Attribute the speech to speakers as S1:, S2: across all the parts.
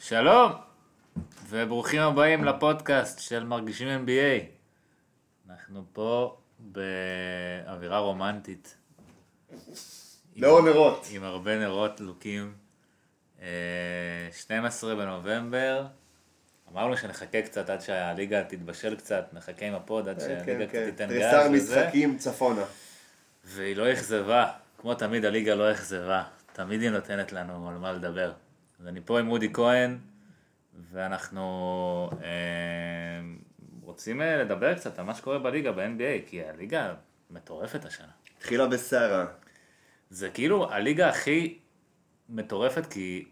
S1: שלום, וברוכים הבאים לפודקאסט של מרגישים NBA. אנחנו פה באווירה רומנטית,
S2: לאור נרות.
S1: עם הרבה נרות דלוקים. אה, 12 בנובמבר, אמרנו שנחכה קצת עד שהליגה תתבשל קצת, נחכה עם הפוד עד
S2: כן, כן,
S1: שהליגה קצת
S2: כן.
S1: תיתן
S2: תריסר
S1: גז וזה,
S2: משחקים צפונה.
S1: והיא לא אכזבה. כמו תמיד הליגה לא אכזבה, תמיד היא נותנת לנו על מה לדבר. אז אני פה עם אודי כהן, ואנחנו אה, רוצים אה, לדבר קצת על מה שקורה בליגה, ב-NBA, כי הליגה מטורפת השנה.
S2: התחילה בסערה.
S1: זה כאילו הליגה הכי מטורפת, כי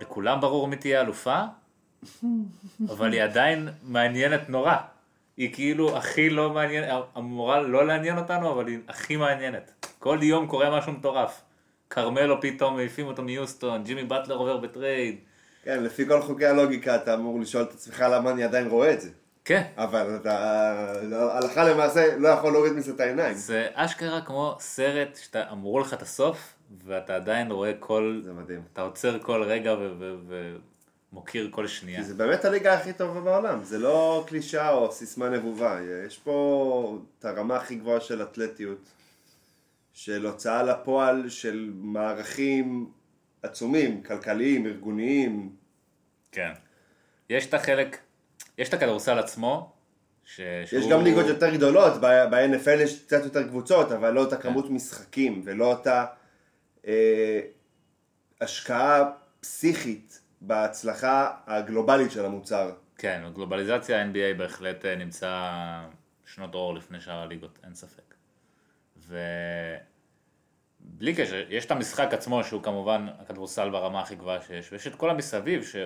S1: לכולם ברור מי תהיה אלופה, אבל היא עדיין מעניינת נורא. היא כאילו הכי לא מעניינת, אמורה לא לעניין אותנו, אבל היא הכי מעניינת. כל יום קורה משהו מטורף. כרמלו פתאום מעיפים אותו מיוסטון, ג'ימי באטלר עובר בטרייד.
S2: כן, לפי כל חוקי הלוגיקה אתה אמור לשאול את עצמך למה אני עדיין רואה את זה.
S1: כן.
S2: אבל אתה לא- הלכה למעשה לא יכול להוריד מזה את העיניים.
S1: זה אשכרה כמו סרט שאתה אמרו לך את הסוף, ואתה עדיין רואה כל...
S2: זה מדהים.
S1: אתה עוצר כל רגע ו- ו- ומוקיר כל שנייה.
S2: כי זה באמת הליגה הכי טובה בעולם, זה לא קלישאה או סיסמה נבובה, יש פה את הרמה הכי גבוהה של אתלטיות, של הוצאה לפועל, של מערכים עצומים, כלכליים, ארגוניים,
S1: כן. יש את החלק, יש את הכדורסל עצמו, ש...
S2: יש
S1: שהוא-
S2: גם ליגות יותר גדולות, ב- ב-NFL יש קצת יותר קבוצות, אבל לא אותה כמות משחקים ולא אותה אה, השקעה פסיכית בהצלחה הגלובלית של המוצר.
S1: כן, הגלובליזציה ה-NBA בהחלט אה, נמצא שנות אור לפני שאר הליגות, אין ספק. ובלי קשר, יש את המשחק עצמו שהוא כמובן הכדורסל ברמה הכי גבוהה שיש, ויש את כל המסביב, ש...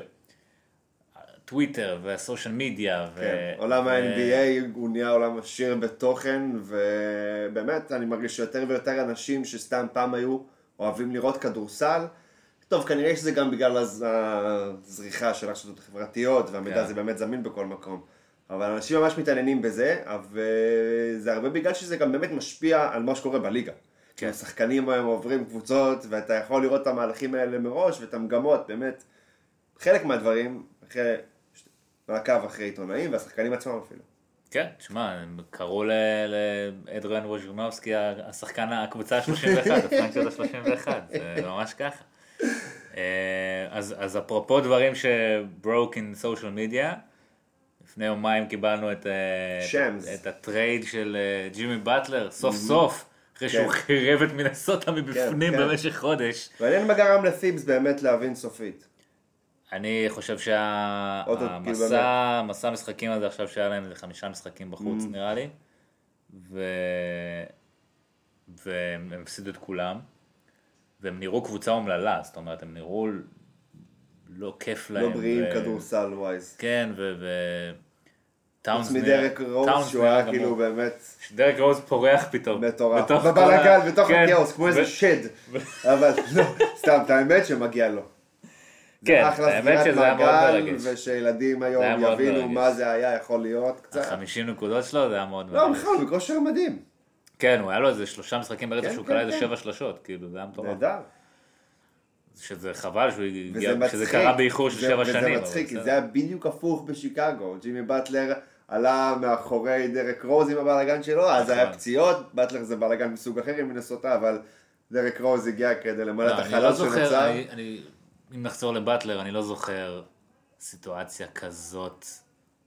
S1: טוויטר והסושיאל מדיה. ו...
S2: כן, עולם
S1: ו-
S2: ה-NBA הוא נהיה עולם עשיר בתוכן, ובאמת, אני מרגיש שיותר ויותר אנשים שסתם פעם היו אוהבים לראות כדורסל. טוב, כנראה שזה גם בגלל הז- הזריחה של הרשתות החברתיות, והמידע
S1: כן.
S2: הזה באמת זמין בכל מקום. אבל אנשים ממש מתעניינים בזה, וזה הרבה בגלל שזה גם באמת משפיע על מה שקורה בליגה. כן. השחקנים היום עוברים קבוצות, ואתה יכול לראות את המהלכים האלה מראש, ואת המגמות, באמת. חלק מהדברים, אחרי מעקב אחרי עיתונאים והשחקנים עצמם אפילו.
S1: כן, תשמע, הם קראו ל- לאדריאן ווז'גנובסקי השחקן, הקבוצה ה-31, הפרנק של ה-31, זה ממש ככה. אה, אז, אז אפרופו דברים שברוק אין סושיאל מדיה, לפני יומיים קיבלנו את, אה,
S2: שמס.
S1: את הטרייד של אה, ג'ימי באטלר, סוף סוף, אחרי שהוא חירב את מנסוטה מבפנים
S2: כן.
S1: במשך חודש.
S2: מעניין מה גרם לפיבס באמת להבין סופית.
S1: אני חושב
S2: עוד עוד, כאילו,
S1: שהמסע המסע המשחקים הזה עכשיו שהיה להם איזה חמישה משחקים
S2: Mm.
S1: בחוץ נראה לי ו... והם הם הפסידו את כולם והם נראו קבוצה אומללה זאת אומרת הם נראו לא כיף להם
S2: לא בריאים
S1: ו-
S2: כדורסל ווייז.
S1: כן ו... ו...
S2: חוץ
S1: טאונס נראה-
S2: מדרק רוז
S1: טאונס
S2: שהוא
S1: נראה
S2: היה
S1: גמור.
S2: כאילו באמת
S1: שדרק רוז פורח פתאום
S2: מטורף.
S1: בתוך כל
S2: בבלאגן,
S1: ה-
S2: בתוך
S1: כן,
S2: הכאוס, כמו
S1: ו-
S2: איזה שד. אבל לא, סתם, את האמת שמגיע לו.
S1: כן,
S2: אחלה
S1: האמת
S2: סגירת
S1: שזה היה מאוד
S2: מעגל,
S1: מרגש
S2: ושילדים
S1: זה היה
S2: היום
S1: מאוד
S2: יבינו
S1: מרגש.
S2: מה זה היה יכול להיות קצת.
S1: 50 נקודות שלו זה היה מאוד
S2: לא,
S1: מרגש.
S2: בכלל, הוא כושר מדהים.
S1: כן, הוא היה לו איזה שלושה משחקים ברצף
S2: כן,
S1: שהוא
S2: כן,
S1: כלל איזה
S2: כן.
S1: שבע שלשות, כאילו, זה היה מטורף.
S2: נהדר.
S1: שזה חבל שהוא
S2: וזה
S1: הגיע,
S2: מצחיק.
S1: שזה קרה באיחור של
S2: זה-
S1: שבע שנים.
S2: וזה
S1: אבל
S2: מצחיק, כי
S1: בסדר.
S2: זה היה בדיוק הפוך בשיקגו. ג'ימי באטלר עלה מאחורי דרק רוז עם הבלאגן שלו, אז
S1: נכון.
S2: היה פציעות, באטלר זה בלאגן מסוג אחר עם מנסוטה, אבל דרק רוז הגיע כדי למלא
S1: לא,
S2: את
S1: אני לא
S2: החלל
S1: זוכר,
S2: שנוצר.
S1: אני- אני- אם נחזור לבטלר, אני לא זוכר סיטואציה כזאת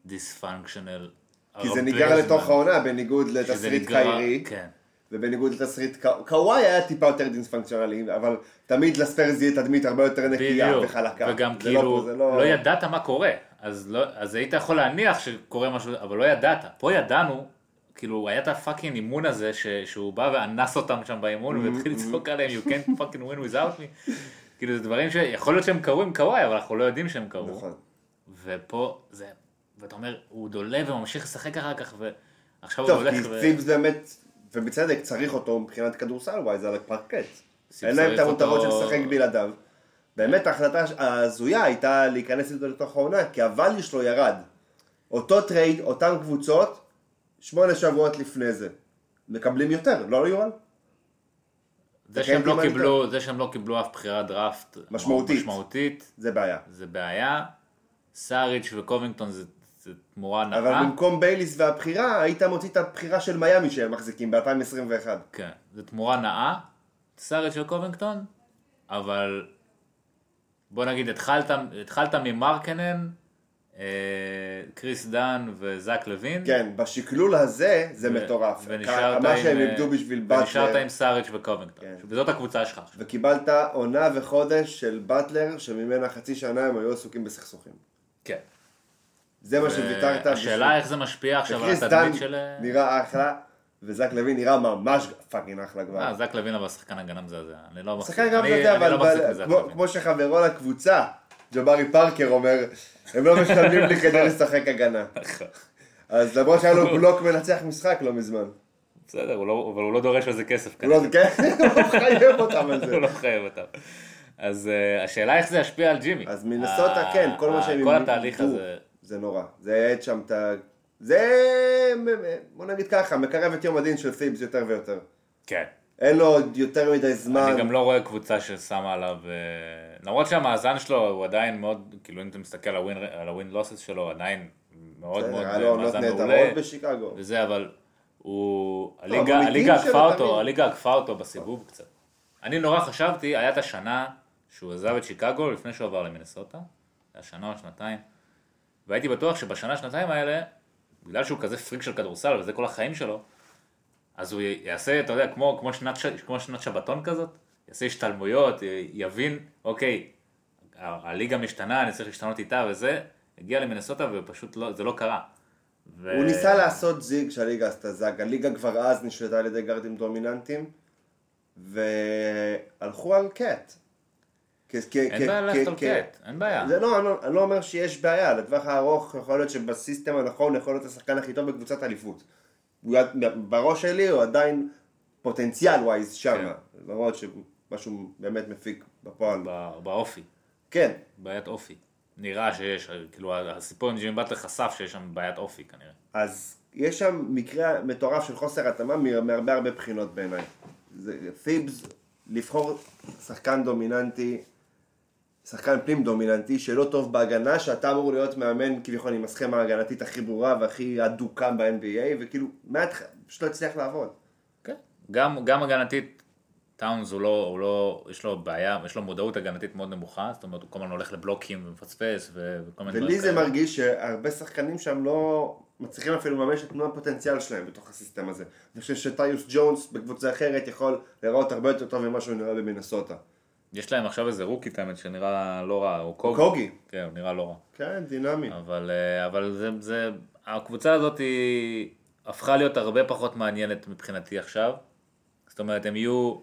S1: דיספונקשיונל.
S2: כי
S1: הרבה
S2: זה ניגר לתוך
S1: זמן.
S2: העונה, בניגוד
S1: שזה
S2: לתסריט
S1: נגרר-
S2: קיירי,
S1: כן.
S2: ובניגוד לתסריט ק- קוואי היה טיפה יותר דיספונקציונלי, אבל תמיד לספרס יהיה תדמית הרבה יותר נקייה
S1: בדיוק,
S2: וחלקה.
S1: וגם
S2: זה
S1: כאילו,
S2: פה, זה
S1: לא ידעת מה קורה, אז לא- אז היית יכול להניח שקורה משהו, אבל לא ידעת. פה ידענו, כאילו, היה את הפאקינג אימון הזה, ש- שהוא בא ואנס אותם שם באימון,
S2: Mm-hmm,
S1: והתחיל לצחוק עליהם, you can't fucking win without me. כאילו, זה דברים שיכול להיות שהם קרו עם קוואי, אבל אנחנו לא יודעים שהם קרו.
S2: נכון.
S1: ופה זה, ואתה אומר, הוא דולב וממשיך לשחק אחר כך, ועכשיו הוא
S2: טוב,
S1: הולך
S2: כי
S1: ו...
S2: סיבס באמת, ובצדק, צריך אותו מבחינת כדורסל, וואי, זה על הפרקט.
S1: סיבס
S2: אין להם את
S1: צריך
S2: המותרות של
S1: אותו-
S2: לשחק בלעדיו. באמת ההחלטה ההזויה הייתה להיכנס איתו לתוך העונה, כי הvalue שלו ירד. אותו טרייד, אותן קבוצות, שמונה שבועות לפני זה. מקבלים יותר, לא יובל?
S1: זה שהם לא
S2: מה אני
S1: קיבלו, זה שהם לא קיבלו אף בחירת דראפט
S2: משמעותית.
S1: משמעותית,
S2: זה בעיה.
S1: זה בעיה. סאריץ' וקובינגטון זה, זה תמורה נאה.
S2: אבל במקום בייליס והבחירה, היית מוציא את הבחירה של מיאמי שהם מחזיקים ב-2021.
S1: כן, זו תמורה נאה, סאריץ' וקובינגטון, אבל בוא נגיד, התחלת, התחלת ממרקנן, אה, קריס דן וזאק לוין.
S2: כן, בשקלול הזה זה מטורף.
S1: ונשארת
S2: מה
S1: עם,
S2: שהם
S1: אה,
S2: איבדו בשביל
S1: ונשארת
S2: באטלר,
S1: עם סאריץ' וקובינגטון.
S2: כן.
S1: וזאת הקבוצה שלך עכשיו.
S2: וקיבלת עונה וחודש של באטלר, שממנה חצי שנה הם היו עסוקים בסכסוכים.
S1: כן.
S2: זה מה שוויתרת.
S1: אה, השאלה איך זה משפיע עכשיו על
S2: וקריס דן
S1: התדמית של...
S2: נראה אחלה, וזק לוי נראה ממש פאקינג אחלה כבר.
S1: אה, זאק לוין אבל שחקן הגנה מזעזע. אני לא מחזיק
S2: שחקן גם
S1: אני-
S2: כזה,
S1: אני לא
S2: אבל
S1: מחזיק
S2: אבל
S1: מזאק
S2: כמו-
S1: לוין.
S2: כמו שחברו לקבוצה, ג'בארי פארקר אומר, הם לא משלמים לי כדי לשחק הגנה.
S1: נכון.
S2: אז למרות שהיה לו בלוק מנצח משחק לא מזמן.
S1: בסדר, הוא לא- אבל הוא לא דורש על זה כסף
S2: הוא לא כן, הוא חייב אותם על זה.
S1: הוא לא חייב אותם. אז אה, השאלה איך זה ישפיע על ג'ימי.
S2: אז מנסוטה
S1: ה-
S2: כן, כל מה
S1: ה-
S2: שהם
S1: כל
S2: איבדו,
S1: התהליך הזה.
S2: זה נורא. זה העד שם את ה... זה, בוא נגיד ככה, מקרב את יום הדין של פיבס יותר ויותר.
S1: כן.
S2: אין לו עוד יותר מדי זמן.
S1: אני גם לא רואה קבוצה ששמה עליו, אה, למרות שהמאזן שלו הוא עדיין מאוד, כאילו אם אתה מסתכל על הווין- על הווין לוסס שלו, עדיין מאוד מאוד
S2: היה לו
S1: אה,
S2: עונות
S1: מאזן
S2: נהדרות
S1: מעולה.
S2: בשיקגו.
S1: וזה, אבל הוא...
S2: לא,
S1: הליגה
S2: אבל
S1: הליגה
S2: עיתים שלו
S1: עקפה אותו,
S2: תמיד.
S1: הליגה עקפה אותו בסיבוב קצת. אני נורא חשבתי, היה את השנה שהוא עזב את שיקגו לפני שהוא עבר למינסוטה, היה שנה או שנתיים, והייתי בטוח שבשנה שנתיים האלה, בגלל שהוא כזה פריק של כדורסל וזה כל החיים שלו, אז הוא י- יעשה, אתה יודע, כמו, כמו, שנת, ש- כמו שנת שבתון כזאת, יעשה השתלמויות, י- יבין, אוקיי, ה- הליגה משתנה, אני צריך להשתנות איתה וזה, הגיע למינסוטה ופשוט לא, זה לא קרה. ו...
S2: הוא ניסה לעשות זיג שהליגה עשתה זאג, הליגה כבר אז נשלטה על ידי גארדים דומיננטיים, והלכו על קאט. כ- כ-
S1: אין
S2: כ-
S1: בעיה ללכת
S2: כ-
S1: על
S2: כ-
S1: קט, אין בעיה.
S2: כן, זה לא, אני לא- אני לא אומר שיש בעיה, לטווח הארוך יכול להיות שבסיסטם הנכון יכול להיות השחקן הכי טוב בקבוצת אליפות. הוא עד- בראש שלי הוא עדיין פוטנציאל ווייז שמה, למרות שמשהו באמת מפיק בפועל.
S1: כן. ב- באופי,
S2: כן,
S1: בעיית אופי. נראה שיש, כאילו הסיפור עם ג'ימי באטלר חשף שיש שם בעיית אופי כנראה.
S2: אז יש שם מקרה מטורף של חוסר התאמה מ- מהרבה הרבה בחינות בעיניי. זה- פיבס, לבחור שחקן דומיננטי, שחקן פנים דומיננטי שלא טוב בהגנה, שאתה אמור להיות מאמן כביכול עם הסכמה ההגנתית הכי ברורה והכי אדוקה ב-NBA, וכאילו, מההתחלה, פשוט לא הצליח לעבוד.
S1: כן. גם, גם הגנתית, טאונס הוא לא, הוא לא, יש לו בעיה, יש לו מודעות הגנתית מאוד נמוכה, זאת אומרת הוא כל הזמן הולך לבלוקים ומפספס ו- וכל מיני
S2: ולי זה
S1: כאלה.
S2: מרגיש שהרבה שחקנים שם לא מצליחים אפילו לממש את תנועה הפוטנציאל שלהם בתוך הסיסטם הזה. אני חושב שטיוס ג'ונס בקבוצה אחרת יכול להיראות הרבה יותר טוב ממה שהוא נראה במינסוטה.
S1: יש להם עכשיו איזה רוקי תאמת שנראה לא רע, הוא קוגי.
S2: קוגי.
S1: כן, הוא נראה לא רע.
S2: כן, דינמי.
S1: אבל, אה, אבל זה, זה, הקבוצה הזאת היא הפכה להיות הרבה פחות מעניינת מבחינתי עכשיו. זאת אומרת, הם יהיו,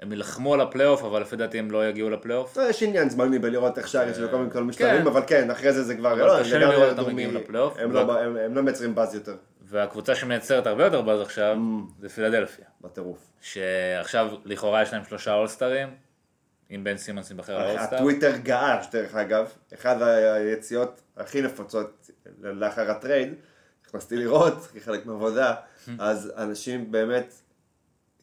S1: הם ילחמו על הפלייאוף, אבל לפי דעתי הם לא יגיעו לפלייאוף.
S2: לא, יש עניין זמני בלראות איך שער יש לו כל מיני משתנים,
S1: כן.
S2: אבל כן, אחרי זה זה כבר...
S1: אבל
S2: לא, הם
S1: קשה
S2: לגמרי
S1: לראות אותם
S2: ירדו
S1: מגיעים
S2: מ-
S1: לפלייאוף,
S2: הם
S1: אבל-
S2: לא- הם הם לא מייצרים באז יותר,
S1: והקבוצה שמייצרת הרבה יותר באז עכשיו, זה פילדלפיה.
S2: בטירוף.
S1: שעכשיו לכאורה יש להם שלושה אולסטרים, אם בן סימנס ייבחר
S2: אה,
S1: לאולסטר.
S2: הטוויטר געש, דרך אגב. אחד היציאות הכי נפוצות לאחר הטרייד, נכנסתי לראות כחלק מעבודה, אז אנשים באמת,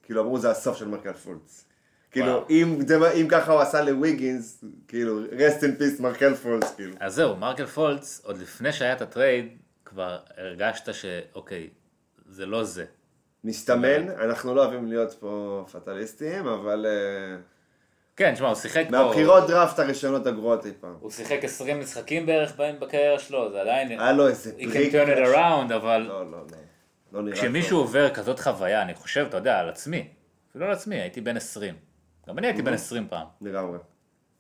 S2: כאילו אמרו זה הסוף של מרקל פולץ. כאילו,
S1: וואו.
S2: אם זה מה- אם ככה הוא עשה לוויגינס, כאילו, rest in peace מרקל פולץ, כאילו.
S1: אז זהו, מרקל פולץ, עוד לפני שהיה את הטרייד, כבר הרגשת שאוקיי, זה לא זה.
S2: מסתמן,
S1: כן.
S2: אנחנו לא אוהבים להיות פה פטליסטים, אבל... אה,
S1: כן, תשמע, הוא שיחק פה...
S2: מהבחירות דראפט הראשונות הגרועות אי פעם.
S1: הוא שיחק 20 משחקים בערך בהם בקריירה שלו, זה עדיין...
S2: היה לו איזה
S1: He can
S2: פריק.
S1: turn it around, אבל
S2: אה, לא, לא, לא. לא נראה
S1: כשמישהו עובר כזאת חוויה, אני חושב, אתה יודע, על עצמי, אפילו על עצמי, הייתי בן 20. גם אני הייתי
S2: Mm-hmm.
S1: בן 20 פעם,
S2: טוב. לגמרי.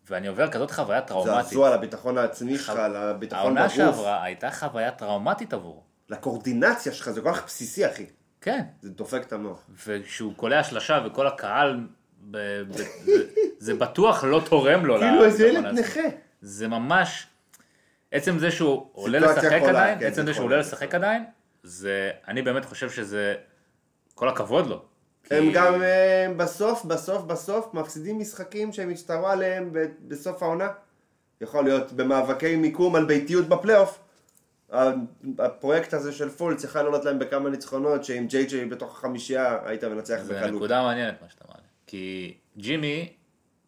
S1: ואני עובר כזאת חוויה טראומטית.
S2: זעזוע על הביטחון העצמי שלך, על הביטחון
S1: העונה
S2: בגוף,
S1: שעברה הייתה חוויה טראומטית עבורו.
S2: לקורדינציה שלך, זה כל כך בסיסי, אחי.
S1: כן.
S2: זה דופק את המוח.
S1: וכשהוא קולע שלשה וכל הקהל, ב- ב- זה- זה בטוח לא תורם לו.
S2: כאילו איזה
S1: לביטחון
S2: ילד
S1: העצמי.
S2: נכה.
S1: זה ממש, עצם זה שהוא עולה
S2: סיטואציה
S1: לשחק
S2: חולה,
S1: עדיין,
S2: כן,
S1: עצם
S2: זה
S1: זה שהוא
S2: חולה.
S1: עולה לשחק עדיין, זה, אני באמת חושב שזה, כל הכבוד לו.
S2: הם
S1: כי-
S2: גם אה, בסוף, בסוף, בסוף, מפסידים משחקים שהם השתרו עליהם ב- בסוף העונה. יכול להיות במאבקי מיקום על ביתיות בפלייאוף. ה- הפרויקט הזה של פולץ יכל לעלות להם בכמה ניצחונות, שעם ג'יי ג'יי בתוך החמישייה היית מנצח
S1: זה
S2: בקלות.
S1: נקודה מעניינת מה שאתה מעלה. כי ג'ימי,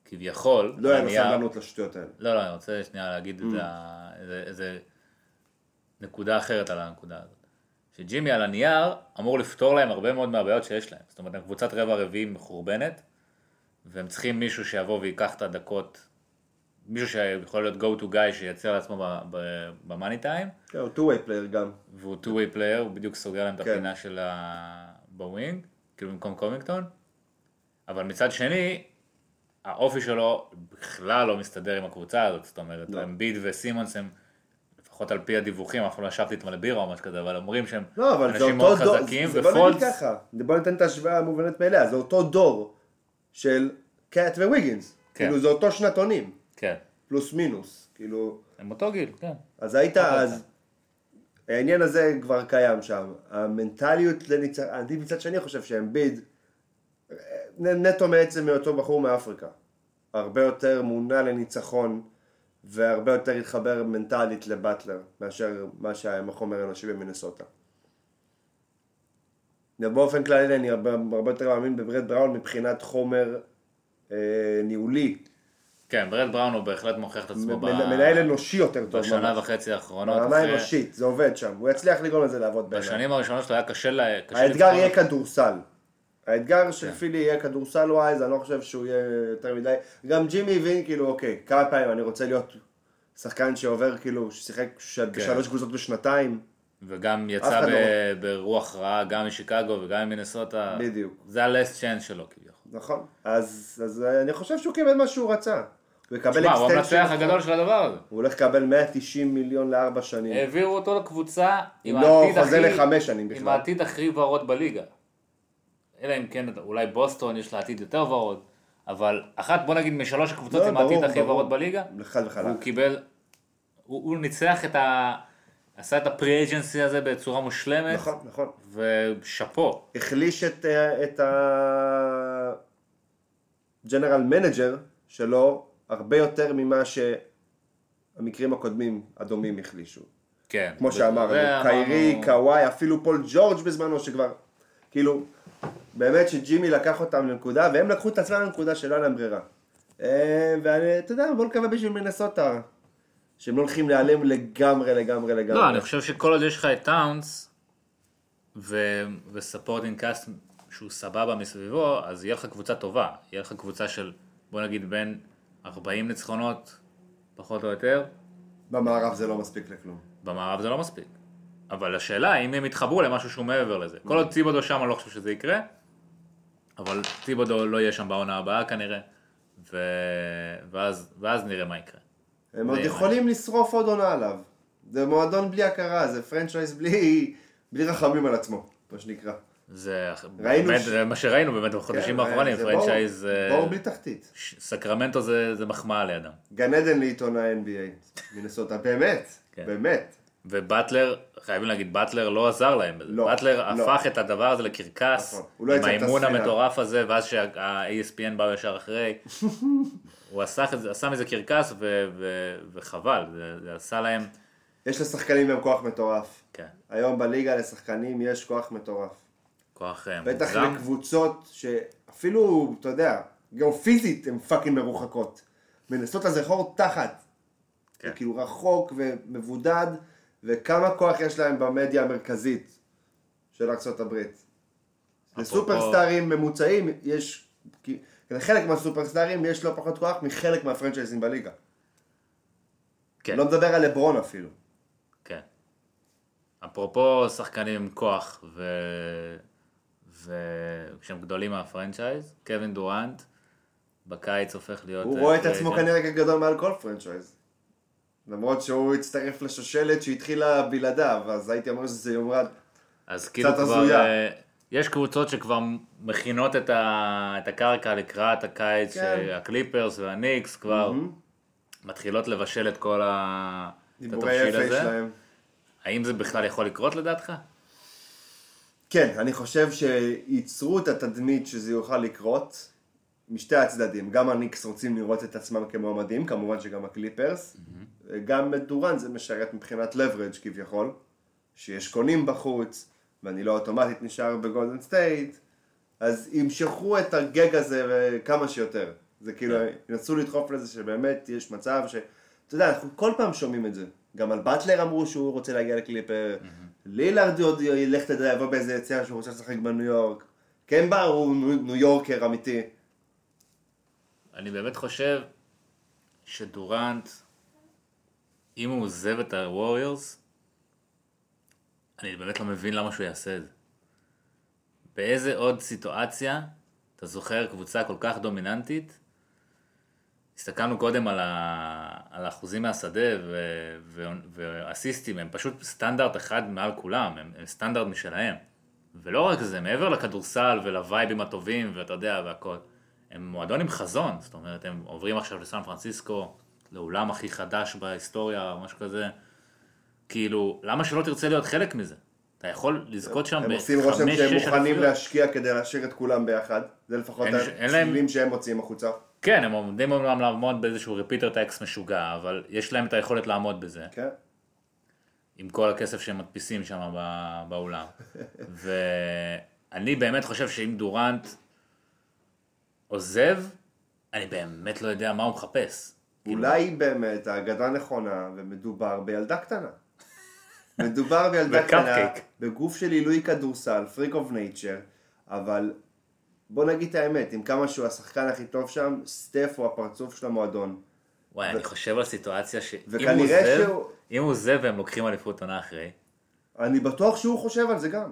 S1: כביכול,
S2: לא היה לו
S1: בנייר-
S2: סבלנות לשטויות האלה.
S1: לא, לא, אני רוצה שנייה להגיד את ה... איזה, איזה נקודה אחרת על הנקודה הזאת. שג'ימי על הנייר אמור לפתור להם הרבה מאוד מהבעיות שיש להם. זאת אומרת, הם קבוצת רבע רביעי מחורבנת, והם צריכים מישהו שיבוא ויקח את הדקות, מישהו שיכול להיות go to guy שייצר לעצמו במאני טיים,
S2: כן, הוא two-way player גם.
S1: והוא two-way player, הוא בדיוק סוגר להם את
S2: כן.
S1: הפינה של ה... בווינג, כאילו במקום קומינגטון. אבל מצד שני, האופי שלו בכלל לא מסתדר עם הקבוצה הזאת, זאת אומרת,
S2: לא.
S1: אמביד וסימונס הם, לפחות על פי הדיווחים, אף פעם לא ישבתי איתם לבירה או משהו כזה, אבל אומרים שהם
S2: לא, אבל זה
S1: אנשים
S2: אותו
S1: מאוד
S2: דור,
S1: חזקים,
S2: זה בוא נגיד
S1: ופולס,
S2: ככה, בוא ניתן את ההשוואה המובנת מאליה, זה אותו דור של קאט וויגינס,
S1: כן.
S2: כאילו זה אותו שנתונים,
S1: כן,
S2: פלוס מינוס, כאילו,
S1: הם אותו גיל, כן,
S2: אז היית אז, העניין הזה כבר קיים שם, המנטליות לניצ... אני מצד שני חושב שאמביד, נ- נטו מעצם היותו בחור מאפריקה, הרבה יותר מונע לניצחון, והרבה יותר התחבר מנטלית לבטלר, מאשר מה שהיה עם החומר האנושי במינסוטה. באופן כללי אני הרבה, הרבה יותר מאמין בברד בראון מבחינת חומר אה, ניהולי,
S1: כן, ברד בראון הוא בהחלט מוכיח את עצמו
S2: מ-
S1: ב-
S2: מנהל אנושי יותר טוב. ממש.
S1: בשנה וחצי האחרונות,
S2: ברמה
S1: אחרי-
S2: האנושית, זה עובד שם, הוא יצליח לגרום לזה לעבוד בעיניי.
S1: בשנים הראשונות שלו היה קשה ל... קשה
S2: האתגר
S1: לבחור- כן.
S2: יהיה כדורסל. האתגר של פילי יהיה כדורסל ווייז, אני לא חושב שהוא יהיה יותר מדי. גם ג'ימי הבין, כאילו, אוקיי, כמה פעמים אני רוצה להיות שחקן שעובר, כאילו, ששיחק ש-
S1: כן.
S2: בשלוש קבוצות בשנתיים.
S1: וגם
S2: אף
S1: יצא
S2: אחד לא
S1: ב- ברוח רעה, גם משיקגו וגם ממינסוטה.
S2: בדיוק.
S1: זה ה-last chance שלו כביכול.
S2: נכון. אז אז אה, אני חושב שהוא קיבל מה שהוא רצה. הוא יקבל
S1: מה, הוא
S2: extension.
S1: המנצח הגדול של הדבר הזה.
S2: הוא הולך לקבל 190 מיליון לארבע שנים.
S1: העבירו אותו לקבוצה אה, עם
S2: אם לא,
S1: העתיד הכי...
S2: חוזה לחמש שנים
S1: עם
S2: בכלל.
S1: העתיד הכי ורוד בליגה. אלא אם כן, אולי בוסטון יש לה עתיד יותר ורוד, אבל אחת, בוא נגיד, משלוש הקבוצות
S2: לא,
S1: עם
S2: ברור,
S1: העתיד הכי
S2: ברור.
S1: ורוד בליגה,
S2: חד וחלק.
S1: הוא קיבל... הוא הוא ניצח את ה... עשה את הפרי אג'נסי הזה בצורה מושלמת,
S2: נכון, נכון.
S1: ושאפו.
S2: החליש את, אה, את הג'נרל מנג'ר שלו הרבה יותר ממה שהמקרים הקודמים הדומים החלישו.
S1: כן.
S2: כמו שאמרנו,
S1: זה
S2: קיירי,
S1: אמרנו-
S2: קוואי, אפילו פול ג'ורג' בזמנו שכבר, כאילו, באמת שג'ימי לקח אותם לנקודה, והם לקחו את עצמם לנקודה שלא היה להם ברירה. אה, ואני, אתה יודע, בוא נקווה בשביל מנסוטה, שהם לא הולכים להיעלם לגמרי, לגמרי, לגמרי.
S1: לא, אני חושב שכל עוד יש לך את טאונס וספורטינג קאסט שהוא סבבה מסביבו, אז יהיה לך קבוצה טובה. יהיה לך קבוצה של, בוא נגיד, בין 40 ניצחונות, פחות או יותר.
S2: במערב זה לא מספיק לכלום.
S1: במערב זה לא מספיק. אבל השאלה, אם הם יתחברו למשהו שהוא מעבר לזה. כל עוד ציבודו שם, אני לא חושב שזה יקרה, אבל ציבודו לא יהיה שם בעונה הבאה כנראה, ו... ואז, ואז נראה מה יקרה.
S2: הם עוד
S1: זה-
S2: יכולים לשרוף עוד עונה עליו. זה מועדון בלי הכרה, זה פרנצ'ייז בלי, בלי רחמים על עצמו, מה שנקרא.
S1: זה
S2: ראינו
S1: באמת,
S2: ש-
S1: זה מה שראינו באמת בחודשים
S2: כן,
S1: האחרונים,
S2: זה בור-
S1: פרנצ'ייז... אה,
S2: בור בלי תחתית.
S1: ש- סקרמנטו זה, זה מחמאה לידם.
S2: גן עדן לעיתון ה-NBA, מנסוטה, באמת,
S1: כן.
S2: באמת.
S1: ובטלר, חייבים להגיד, באטלר לא עזר להם בזה.
S2: לא,
S1: באטלר
S2: לא.
S1: הפך את הדבר הזה לקרקס,
S2: נכון. הוא לא
S1: עם
S2: יצר את
S1: האימון
S2: הספינה.
S1: המטורף הזה, ואז שה-ESPN בא ישר אחרי. הוא עשה, את זה- עשה מזה קרקס, ו, ו, וחבל, זה, זה עשה להם...
S2: יש לשחקנים גם כוח מטורף.
S1: כן,
S2: היום בליגה לשחקנים יש כוח מטורף.
S1: כוח אה,
S2: בטח
S1: מוגזם.
S2: לקבוצות שאפילו, אתה יודע, גם פיזית הן פאקינג מרוחקות. מנסוטה זה חור תחת.
S1: כן.
S2: זה כאילו רחוק ומבודד, וכמה כוח יש להם במדיה המרכזית של ארצות הברית.
S1: אפרופו-
S2: לסופרסטארים ממוצעים יש, כי- לחלק מהסופרסטארים יש לא פחות כוח מחלק מהפרנצ'ייזים בליגה.
S1: כן.
S2: לא מדבר על לברון אפילו.
S1: כן. אפרופו שחקנים עם כוח, ו... וכשהם גדולים מהפרנצ'ייז, קווין דורנט בקיץ הופך להיות...
S2: הוא
S1: אה,
S2: רואה את
S1: free
S2: עצמו
S1: agent.
S2: כנראה כגדול מעל כל פרנצ'ייז. למרות שהוא הצטרף לשושלת שהתחילה בלעדיו, אז הייתי אומר שזה יומרד.
S1: אז כאילו כבר...
S2: הזויה.
S1: אה, יש קבוצות שכבר מכינות את, ה... את הקרקע לקראת הקיץ,
S2: כן.
S1: שהקליפרס והניקס
S2: Hmm?
S1: כבר מתחילות לבשל את כל ה... את
S2: דיבורי
S1: התבשיל
S2: יפה יש
S1: הזה.
S2: להם.
S1: האם זה בכלל יכול לקרות לדעתך?
S2: כן, אני חושב שייצרו את התדמית שזה יוכל לקרות משתי הצדדים. גם הניקס רוצים לראות את עצמם כמועמדים, כמובן שגם הקליפרס. גם את דורן זה משרת מבחינת leverage כביכול, שיש קונים בחוץ, ואני לא אוטומטית נשאר בגולדן סטייט, אז ימשכו את הגג הזה אה, כמה שיותר. זה כאילו,
S1: כן.
S2: ינסו לדחוף לזה שבאמת יש מצב ש... אתה יודע, אנחנו כל פעם שומעים את זה. גם על באטלר אמרו שהוא רוצה להגיע לקליפר, לילארד עוד ילך תדע, יבוא באיזה יציאה שהוא רוצה לשחק בניו יורק. קמבה הוא ניו ניו יורקר אמיתי.
S1: אני באמת חושב שדורנט, אם הוא עוזב את ה-Warriors, אני באמת לא מבין למה שהוא יעשה את זה. באיזה עוד סיטואציה, אתה זוכר קבוצה כל כך דומיננטית? הסתכלנו קודם על, ה... על האחוזים מהשדה ו... ו... ואסיסטים, הם פשוט סטנדרט אחד מעל כולם, הם, הם סטנדרט משלהם. ולא רק זה, מעבר לכדורסל ולווייבים הטובים ואתה יודע והכל, הם מועדון עם חזון, זאת אומרת, הם עוברים עכשיו לסן פרנסיסקו, לאולם הכי חדש בהיסטוריה או משהו כזה. כאילו, למה שלא תרצה להיות חלק מזה? אתה יכול לזכות שם
S2: הם
S1: בחמש,
S2: עושים
S1: שש
S2: רושם שהם מוכנים
S1: אליפויות.
S2: להשקיע כדי להשאיר את כולם ביחד. זה לפחות
S1: אין- אין להם-
S2: הצלילים שהם מוציאים החוצה.
S1: כן, הם עומדים אמנם לעמוד באיזשהו ריפיטר טקס משוגע, אבל יש להם את היכולת לעמוד בזה,
S2: כן.
S1: עם כל הכסף שהם מדפיסים שם ב- באולם. ואני באמת חושב שאם דורנט עוזב, אני באמת לא יודע מה הוא מחפש. כאילו,
S2: אולי היא באמת האגדה נכונה, ומדובר בילדה קטנה. מדובר בילדה קטנה,
S1: בקפקייק.
S2: בגוף של עילוי כדורסל, פריק אוף נייצ'ר, אבל בוא נגיד את האמת, עם כמה שהוא השחקן הכי טוב שם, סטף הוא הפרצוף של המועדון.
S1: וואי, אני חושב על סיטואציה שאם הוא
S2: וכנראה
S1: עוזב,
S2: שהוא-
S1: אם הוא עוזב והם לוקחים אליפות עונה אחרי,
S2: אני בטוח שהוא חושב על זה גם.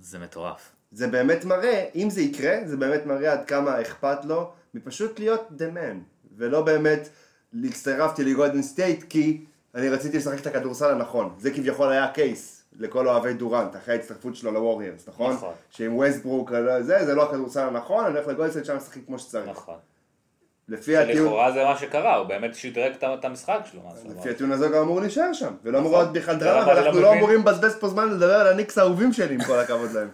S1: זה מטורף.
S2: זה באמת מראה, אם זה יקרה, זה באמת מראה עד כמה אכפת לו מפשוט להיות the man, ולא באמת הצטרפתי לגולדן סטייט כי אני רציתי לשחק את הכדורסל הנכון. זה כביכול היה הקייס לכל אוהבי דורנט, אחרי ההצטרפות שלו לווריארס, נכון?
S1: נכון.
S2: שעם וייסברוק, זה, זה לא הכדורסל הנכון, אני הולך לגולדן סטייט שם לשחק כמו שצריך.
S1: נכון.
S2: לפי הטיעון...
S1: זה מה שקרה, הוא באמת שדרג את המשחק שלו.
S2: לפי הטיעון הזה גם אמור להישאר שם, ולא אמור
S1: נכון.
S2: להיות בכלל
S1: אתה
S2: דרמה,
S1: יודע מה, אני
S2: ואנחנו
S1: לא
S2: לא
S1: מבין?
S2: אמורים לבזבז פה זמן לדבר על הניקס האהובים שלי, עם כל הכבוד להם.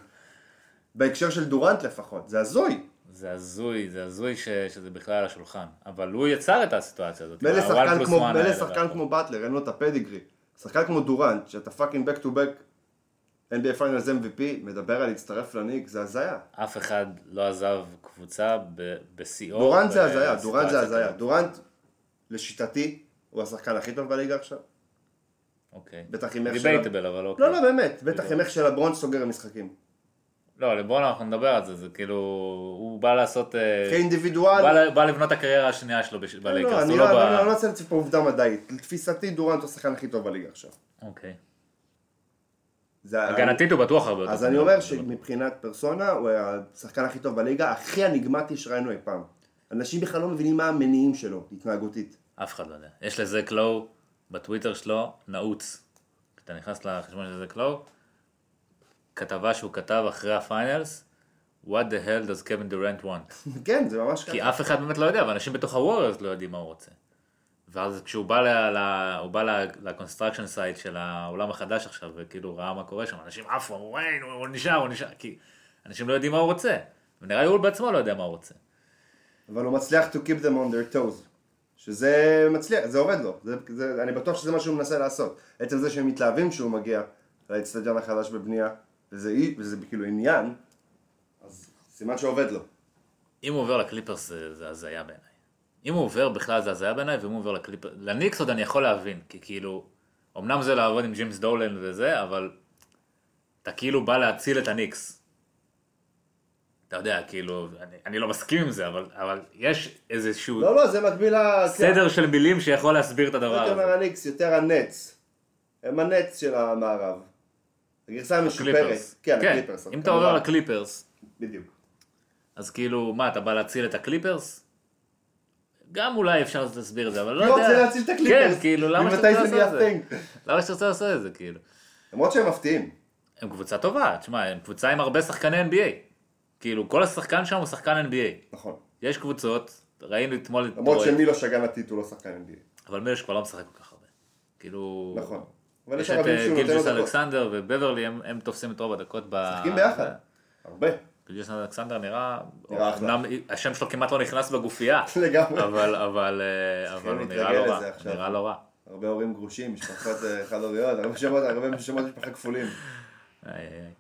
S2: בהקשר של דורנט לפחות, זה הזוי.
S1: זה הזוי, זה הזוי ש... שזה בכלל על השולחן. אבל הוא יצר את הסיטואציה הזאת.
S2: מילא
S1: עם ה-one
S2: שחקן
S1: plus
S2: כמו-
S1: אה, one נכון.
S2: מילא
S1: האלה
S2: שחקן
S1: והכל.
S2: כמו באטלר, אין לו את הפדיגרי. שחקן כמו דורנט, שאתה פאקינג back to back, NBA פיינלס MVP, מדבר על להצטרף לניק, זה הזיה.
S1: אף אחד לא עזב קבוצה ב... בשיאו.
S2: דורנט זה
S1: ב-
S2: הזיה, דורנט זה
S1: אה, סיטואציה
S2: הזיה.
S1: כזאת.
S2: דורנט, לשיטתי, הוא השחקן הכי טוב בליגה עכשיו.
S1: אוקיי.
S2: בטח עם איך של-
S1: דיבייטבל, אבל אוקיי.
S2: לא, לא, באמת, בטח עם איך שלברון סוגר משחקים.
S1: לא, לברון אנחנו נדבר על זה, זה כאילו... הוא בא לעשות... אה,
S2: כאינדיבידואל,
S1: בא ל- בא לבנות את הקריירה השנייה שלו בש-
S2: לא,
S1: בלייקרס.
S2: אני
S1: הוא
S2: לא
S1: לא
S2: אני
S1: בא-
S2: לא- אני לא רוצה להציג פה עובדה מדעית. לתפיסתי, דורנט הוא השחקן הכי טוב בליגה עכשיו.
S1: אוקיי.
S2: זה-
S1: הגנתית הוא בטוח הרבה יותר.
S2: אז
S1: טוב.
S2: אני אומר שמבחינת פרסונה, הוא השחקן הכי טוב בליגה, הכי אניגמטי שראינו אי פעם. אנשים בכלל לא מבינים מה המניעים שלו, התנהגותית.
S1: אף אחד לא יודע. יש לזה קלו בטוויטר שלו, נעוץ. כשאתה נכנס לחשבון של זה קלו, כתבה שהוא כתב אחרי הפיינלס, What the hell does Kevin Durant want?
S2: כן, זה ממש
S1: כי
S2: ככה.
S1: אף אחד באמת לא יודע, ואנשים בתוך הווריורס לא יודעים מה הוא רוצה. ואז כשהוא בא, ל- ל- הוא בא לקונסטרקשן סייט של האולם החדש עכשיו, וכאילו ראה מה קורה שם, אנשים עפו, אמרו, אין, הוא הוא נשאר, הוא נשאר, כי אנשים לא יודעים מה הוא רוצה. ונראה לי הוא בעצמו לא יודע מה הוא רוצה.
S2: אבל הוא מצליח to keep them on their toes. שזה מצליח, זה עובד לו. זה, זה, אני בטוח שזה מה שהוא מנסה לעשות. עצם זה שהם מתלהבים שהוא מגיע לאצטדיון החדש בבנייה, וזה, אי- וזה כאילו עניין, אז סימן שעובד לו.
S1: אם הוא עובר לקליפרס זה, זה הזיה בעיניי. אם הוא עובר בכלל זה הזיה בעיניי, ואם הוא עובר לקליפרס... לניקס עוד אני יכול להבין, כי כאילו... אמנם זה לעבוד עם ג'ימס דולן וזה, אבל... אתה כאילו בא להציל את הניקס. אתה יודע, כאילו, אני, אני לא מסכים עם זה, אבל, אבל יש איזשהו
S2: לא, לא, זה מקביל ל...
S1: סדר של מילים שיכול להסביר את הדבר
S2: יותר
S1: הזה.
S2: מהניקס, יותר הנץ. הם הנץ של המערב. הגרסה המשופרת.
S1: הקליפרס.
S2: כן, הקליפרס.
S1: אם אתה עובר
S2: כמובן.
S1: לקליפרס,
S2: בדיוק.
S1: אז כאילו, מה, אתה בא להציל את הקליפרס? גם אולי אפשר להסביר את זה, אבל לא
S2: אני
S1: יודע.
S2: רוצה להציל את הקליפרס.
S1: כן, כאילו, למה שאתה
S2: ממתי
S1: רוצה
S2: זה
S1: לעשות את זה?
S2: נהיה thing?
S1: למה שתרצה לעשות את זה, כאילו?
S2: למרות שהם מפתיעים.
S1: הם קבוצה טובה, תשמע, הם קבוצה עם הרבה שחקני NBA. כאילו, כל השחקן שם הוא שחקן NBA.
S2: נכון.
S1: יש קבוצות, ראינו אתמול את
S2: למרות
S1: דורט,
S2: שמילו שגן עתיד הוא לא שחקן NBA.
S1: אבל מילוש כבר לא משחק כל כך הרבה. כאילו...
S2: נכון. אבל
S1: יש
S2: יש
S1: את
S2: ערבים
S1: אה,
S2: שהוא נותן
S1: גילג'וס
S2: לו דקות.
S1: אלכסנדר ובברלי, הם הם תופסים את רוב הדקות ב...
S2: משחקים ביחד. הרבה.
S1: גילג'וס אלכסנדר נראה...
S2: נראה אחלה.
S1: אמנם השם שלו כמעט לא נכנס בגופייה,
S2: לגמרי.
S1: אבל אבל, אה, אבל הוא נראה
S2: להתרגל
S1: לא רע.
S2: לזה עכשיו.
S1: נראה לא רע.
S2: הרבה הורים גרושים, משפחות אה, חד-הוריות, הרבה שמות, הרבה שמות משפחה כפולים.
S1: איי, איי, איי.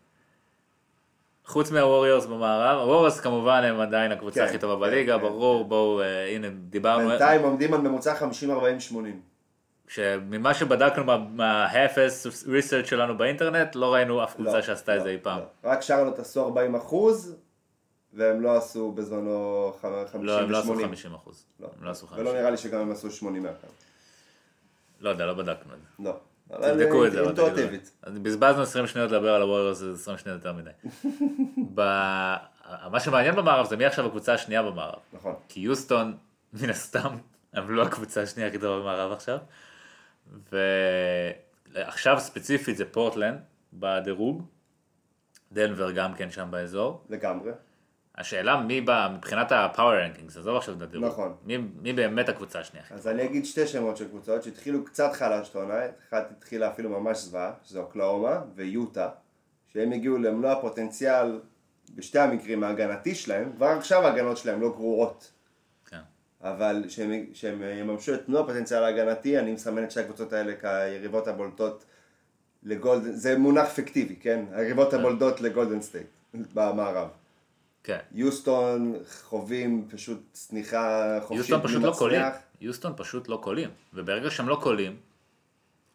S1: חוץ מהווריורס במערב, הווריורס כמובן הם עדיין הקבוצה
S2: כן,
S1: הכי טובה
S2: כן,
S1: בליגה,
S2: כן.
S1: ברור, בואו, אה, הנה, דיברנו,
S2: בינתיים עומדים על ממוצע 50-40-80.
S1: שממה שבדקנו מה- מהאפס ריסרצ' שלנו באינטרנט, לא ראינו אף קבוצה שעשתה את
S2: לא,
S1: זה אי פעם.
S2: רק שרלוט עשו 40 אחוז, והם לא עשו בזמנו ח- 50
S1: לא, הם לא עשו
S2: ו-80.
S1: 50 אחוז. הם לא עשו 50.
S2: ולא נראה לי שגם הם עשו 80 מהקו.
S1: לא יודע, לא בדקנו את זה.
S2: לא.
S1: תבדקו את זה. אבל תגידו לנו.
S2: אינטואטיבית.
S1: אז בזבזנו 20 שניות לדבר על הווריורס, זה 20 שניות יותר מדי. ב- מה שמעניין במערב זה מי עכשיו הקבוצה השנייה במערב.
S2: נכון.
S1: כי יוסטון, מן הסתם, הם לא הקבוצה השנייה הכי טובה במערב עכשיו. ועכשיו ספציפית זה פורטלנד בדירוג. דנבר גם כן שם באזור.
S2: לגמרי.
S1: השאלה מי בא, מבחינת הפאוור רנקינגס, עזוב עכשיו את הדירוג.
S2: נכון.
S1: מי, מי באמת הקבוצה השנייה?
S2: אז אני אגיד שתי שמות של קבוצות שהתחילו קצת חלש את העונה, אחת התחילה אפילו ממש זוועה, שזה אוקלאומה ויוטה, שהם הגיעו למלוא הפוטנציאל בשתי המקרים ההגנתי שלהם, כבר עכשיו ההגנות שלהם לא גרועות,
S1: כן.
S2: אבל שהם, שהם יממשו את מלוא הפוטנציאל ההגנתי, אני מסמן את שתי הקבוצות האלה כיריבות הבולטות לגולדן, זה מונח פיקטיבי, כן? היריבות הבולטות לגולדן סטייט במערב.
S1: כן.
S2: יוסטון חווים פשוט צניחה חופשית.
S1: יוסטון
S2: בלי
S1: פשוט לא
S2: מצליח.
S1: קולים. יוסטון פשוט לא קולים. וברגע שהם לא קולים,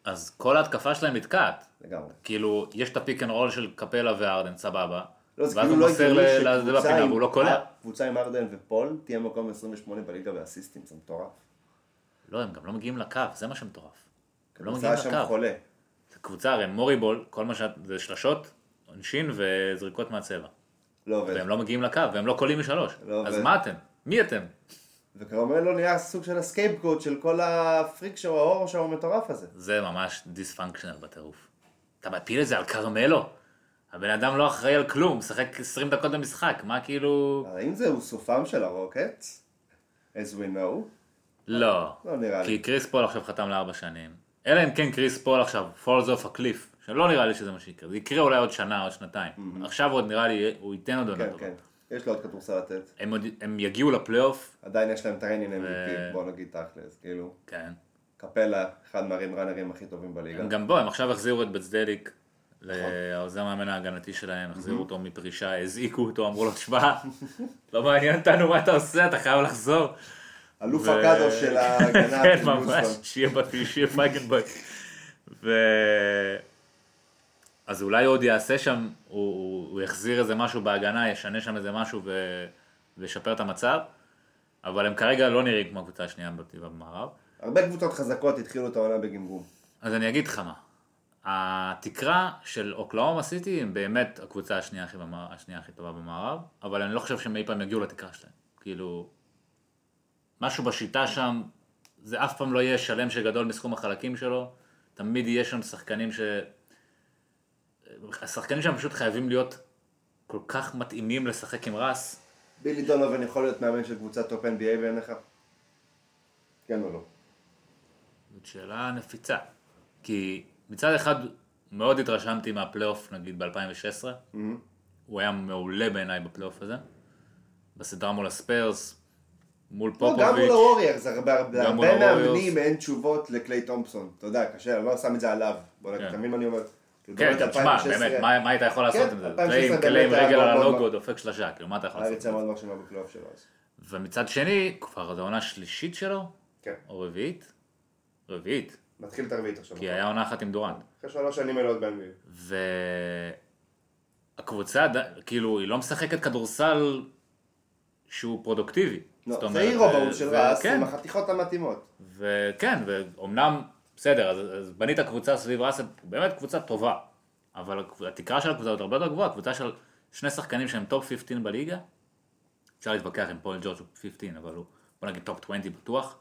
S1: אז כל ההתקפה שלהם נתקעת.
S2: לגמרי.
S1: כאילו, יש את הפיק אנד רול של קפלה וארדן, סבבה.
S2: לא,
S1: ואז
S2: זה כאילו
S1: הוא
S2: לא
S1: מוסר
S2: הגיוני
S1: ל- לזה
S2: שקבוצה
S1: בפינה
S2: עם- אה,
S1: והוא לא קולע.
S2: קבוצה עם ארדן ופול תהיה מקום 28 בליגה באסיסטים, זה מטורף.
S1: לא, הם גם לא מגיעים לקו, זה מה שמטורף. הם לא מגיעים
S2: קבוצה שם
S1: לקו.
S2: חולה.
S1: זה קבוצה, הרי מוריבול, כל מה ש... זה שלשות, עונשין וזריקות מהצבע.
S2: לא עובד.
S1: והם לא מגיעים לקו, והם לא קולים משלוש.
S2: לא
S1: אז
S2: עובד.
S1: מה אתם? מי אתם?
S2: וכרמלו לא נהיה סוג של הסקייפקוט של כל הפריק שואו, האור שם המטורף הזה.
S1: זה ממש דיספונקשיונל בטירוף. אתה מפיל את זה על כרמלו? הבן אדם לא אחראי על כלום, משחק 20 דקות במשחק, מה כאילו...
S2: האם זהו סופם של הרוקטס? as we know.
S1: לא.
S2: לא נראה לי.
S1: כי קריס פול עכשיו חתם לארבע שנים. אלא אם כן קריס פול עכשיו falls off a cliff, שלא נראה לי שזה מה שיקרה. זה יקרה אולי עוד שנה, עוד שנתיים. עכשיו עוד נראה לי, הוא ייתן עוד עונה
S2: כן,
S1: טובה.
S2: כן. יש לו עוד כדורסל לתת.
S1: הם עוד- הם יגיעו לפלייאוף,
S2: עדיין יש להם טריינינג MVP, בוא נגיד תכלס. כאילו,
S1: כן.
S2: קפלה, אחד מהרים ראנרים הכי טובים בליגה.
S1: הם גם בו, הם עכשיו החזירו את בצדליק, לעוזר מאמן ההגנתי שלהם, החזירו אותו מפרישה, הזעיקו אותו, אמרו לו, תשמע, לא מעניין אותנו מה אתה עושה, אתה חייב לחזור.
S2: אלוף
S1: ו-
S2: הקאדו של ההגנה.
S1: כן,
S2: של
S1: ממש,
S2: יוסטון.
S1: שיהיה ב- שיהיה פייגנבוי. ו... אז אולי עוד יעשה שם, הוא, הוא, הוא יחזיר איזה משהו בהגנה, ישנה שם איזה משהו ו... וישפר את המצב, אבל הם כרגע לא נראים כמו הקבוצה השנייה בת- במערב.
S2: הרבה קבוצות חזקות התחילו את העונה בגמגום.
S1: אז אני אגיד לך מה, התקרה של אוקלאומה סיטי הם באמת הקבוצה השנייה הכי, במערב, השנייה הכי טובה במערב, אבל אני לא חושב שהם אי פעם יגיעו לתקרה שלהם. כאילו, משהו בשיטה שם, זה אף פעם לא יהיה שלם שגדול מסכום החלקים שלו, תמיד יהיה שם שחקנים ש... השחקנים שם פשוט חייבים להיות כל כך מתאימים לשחק עם רס.
S2: בילי דונובין יכול להיות מאמן של קבוצת טופ NBA בעיניך? כן או לא?
S1: זאת שאלה נפיצה. כי מצד אחד מאוד התרשמתי מהפלייאוף נגיד ב-2016,
S2: Mm-hmm.
S1: הוא היה מעולה בעיניי בפלייאוף הזה, בסדרה מול הספיירס, מול
S2: לא, גם מול
S1: פופוביץ',
S2: הווריירס, הרבה הרבה
S1: גם מול
S2: הרבה
S1: הווריורס.
S2: מאמנים אין תשובות לקליי תומפסון. אתה יודע, קשה, אני לא שם את זה עליו. בוא נגיד,
S1: כן.
S2: אתה מבין מה אני אומר?
S1: כן, כן, תשמע, באמת, מה מה היית יכול לעשות
S2: כן,
S1: עם זה?
S2: 2016
S1: קליי עם-
S2: באמת
S1: קליי עם
S2: היה
S1: רגל על
S2: מאוד מאוד
S1: הלוגו,
S2: מאוד.
S1: דופק שלושה, כאילו מה אתה יכול לעשות?
S2: הארץ היה מאוד מרשימה בפלייאוף שלו אז.
S1: ומצד שני, כבר זו עונה שלישית שלו,
S2: כן.
S1: או רביעית? רביעית,
S2: מתחיל את הרביעית עכשיו.
S1: כי היה עונה אחת עם דורנט.
S2: אחרי שלוש שנים מלאות ב-NBA.
S1: והקבוצה, עד- כאילו, היא לא משחקת כדורסל שהוא פרודוקטיבי. זאת
S2: לא, זה
S1: אומרת,
S2: עיר אוברוד
S1: ו-
S2: של
S1: ו-
S2: רס,
S1: כן,
S2: עם החתיכות המתאימות.
S1: וכן, ואומנם, בסדר, אז, אז בנית קבוצה סביב ראסל, באמת קבוצה טובה, אבל הקב- התקרה של הקבוצה הזאת הרבה יותר גבוהה, קבוצה של שני שחקנים שהם טופ 15 בליגה, אפשר להתווכח אם פול ג'ורג' הוא 15, אבל הוא, בוא נגיד טופ 20 בטוח,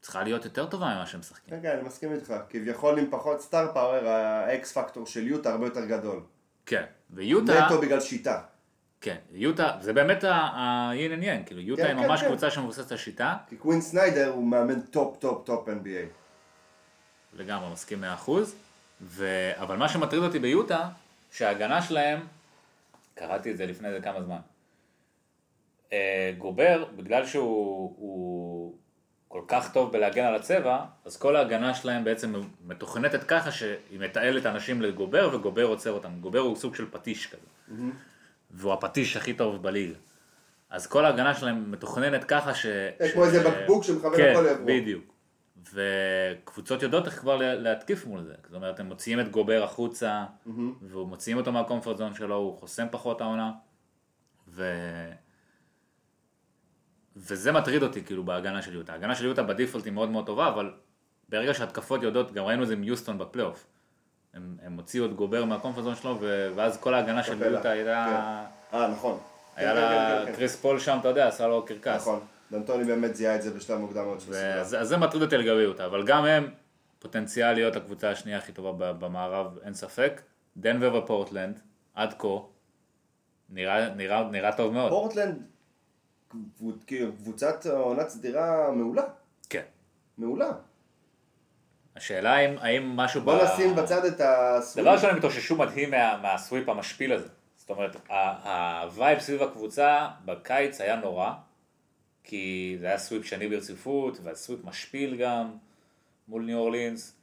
S1: צריכה להיות יותר טובה ממה שהם משחקים.
S2: כן, כן, אני מסכים איתך. כביכול עם פחות סטאר פאוור, האקס פקטור של יוטה הרבה יותר גדול.
S1: כן, ויוטה...
S2: נטו בגלל שיטה.
S1: כן, יוטה, זה באמת היין אין יין, כאילו יוטה
S2: כן,
S1: היא
S2: כן,
S1: ממש
S2: כן.
S1: קבוצה שמבוססת על שיטה,
S2: כי קווין סניידר הוא מאמן טופ טופ טופ NBA.
S1: לגמרי מסכים 100%, ו... אבל מה שמטריד אותי ביוטה, שההגנה שלהם, קראתי את זה לפני איזה כמה זמן, אה, גובר, בגלל שהוא הוא כל כך טוב בלהגן על הצבע, אז כל ההגנה שלהם בעצם מתוכנתת ככה שהיא מתעלת אנשים לגובר וגובר עוצר אותם. גובר הוא סוג של פטיש כזה.
S3: Mm-hmm.
S1: והוא הפטיש הכי טוב בליגה. אז כל ההגנה שלהם מתוכננת ככה ש...
S3: יש
S1: ש-
S3: כמו איזה בקבוק שמכוון
S1: כן,
S3: הכל לעברו.
S1: בדיוק. וקבוצות יודעות איך כבר לה- להתקיף מול זה. זאת אומרת, הם מוציאים את גובר החוצה,
S3: Mm-hmm.
S1: והוא מוציאים אותו מהקומפרט זון שלו, הוא חוסם פחות העונה, ו... וזה מטריד אותי כאילו בהגנה של יוטה. ההגנה של יוטה בדיפולט היא מאוד מאוד טובה, אבל ברגע שהתקפות יודעות, גם ראינו את זה עם יוסטון בפלייאוף. הם, הם הוציאו את גובר מהקומפרט זון שלו, ו... ואז כל ההגנה של
S2: קפלה,
S1: יוטה הייתה...
S2: אה, נכון.
S1: היה
S2: כן, כן,
S1: לה
S2: כן, כן,
S1: קריס פול שם, אתה יודע, עשה לו קרקס. אה,
S2: נכון. דנטוני באמת זיהה את זה בשלב מוקדם מאוד של הסדרה.
S1: אז אז זה מטריד אותי לגבי אותה, אבל גם הם פוטנציאל להיות הקבוצה השנייה הכי טובה ב- במערב, אין ספק. דנבר ופורטלנד, עד כה, נראה, נראה, נראה טוב מאוד.
S2: פורטלנד, קבוצ- כאילו, קבוצת עונת סדירה מעולה.
S1: כן.
S2: מעולה.
S1: השאלה אם, האם משהו...
S2: בוא נשים בצד את הסוויפ.
S1: דבר ראשון, הם התאוששו מדהים מה, מהסוויפ המשפיל הזה. זאת אומרת, ה- הווייב סביב הקבוצה בקיץ היה נורא, כי זה היה סוויפ שני ברציפות, והסוויפ משפיל גם מול ניו אורלינס.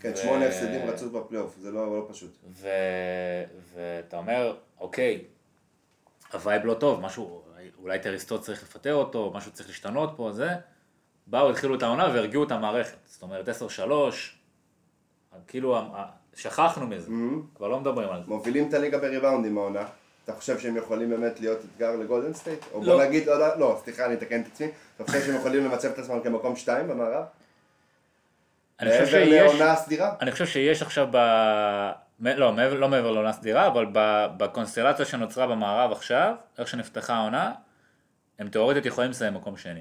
S2: כן,
S1: ו-
S2: שמונה הפסדים רצוף בפלייאוף, זה לא לא פשוט.
S1: ו... ואתה אומר, אוקיי, הווייב לא טוב, משהו, אולי טריסטו צריך לפטר אותו, משהו צריך להשתנות פה, זה. באו, התחילו את העונה והרגיעו את המערכת. זאת אומרת, 10-3, כאילו, ה- ה- שכחנו מזה, כבר לא מדברים על זה.
S2: מובילים את הליגה בריבאונדים העונה. אתה חושב שהם יכולים באמת להיות אתגר לגולדן סטייט? או
S1: לא.
S2: בוא נגיד, לא, לא, לא, סליחה, אני אתקן את עצמי. אתה חושב שהם יכולים למצב את עצמם כמקום שתיים במערב?
S1: אני חושב
S2: מעבר
S1: שיש,
S2: לעונה סדירה?
S1: אני חושב שיש עכשיו ב... מ- לא, מעבר, לא מעבר לעונה סדירה, אבל ב- בקונסטלציה שנוצרה במערב עכשיו, איך שנפתחה העונה, הם תיאורטית יכולים לסיים מקום שני.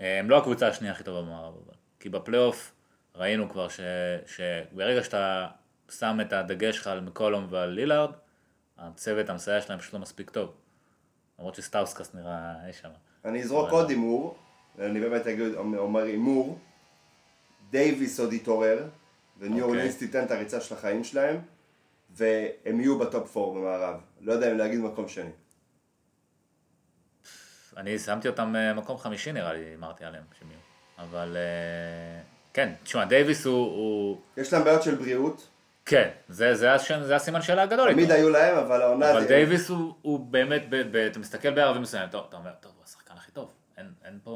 S1: אה, הם לא הקבוצה השנייה הכי טובה במערב, אבל. כי בפלייאוף ראינו כבר ש... שברגע שאתה שם את הדגש שלך על מקולום ועל לילארד, הצוות המסייע שלהם פשוט לא מספיק טוב. למרות שסטאוסקס נראה אי שם.
S2: אני אזרוק עוד הימור, אני באמת אגיד, אומר הימור. דייוויס עוד יתעורר, וניו
S1: אוקיי.
S2: אורלינס תיתן את הריצה של החיים שלהם, והם יהיו בטופ 4 במערב. לא יודע אם להגיד מקום שני.
S1: אני שמתי אותם אה, מקום חמישי נראה לי, אמרתי עליהם שהם יהיו. אבל אה, כן, תשמע, דייוויס הוא, הוא...
S2: יש להם בעיות של בריאות,
S1: כן, זה, זה, השם, זה הסימן שאלה הגדול.
S2: תמיד
S1: איתו.
S2: היו להם, אבל העונה...
S1: אבל
S2: זה-
S1: דייוויס הוא, הוא באמת, ב, ב, אתה מסתכל בערבים מסוימים, אתה, אתה אומר, טוב, הוא השחקן הכי טוב. אין, אין פה,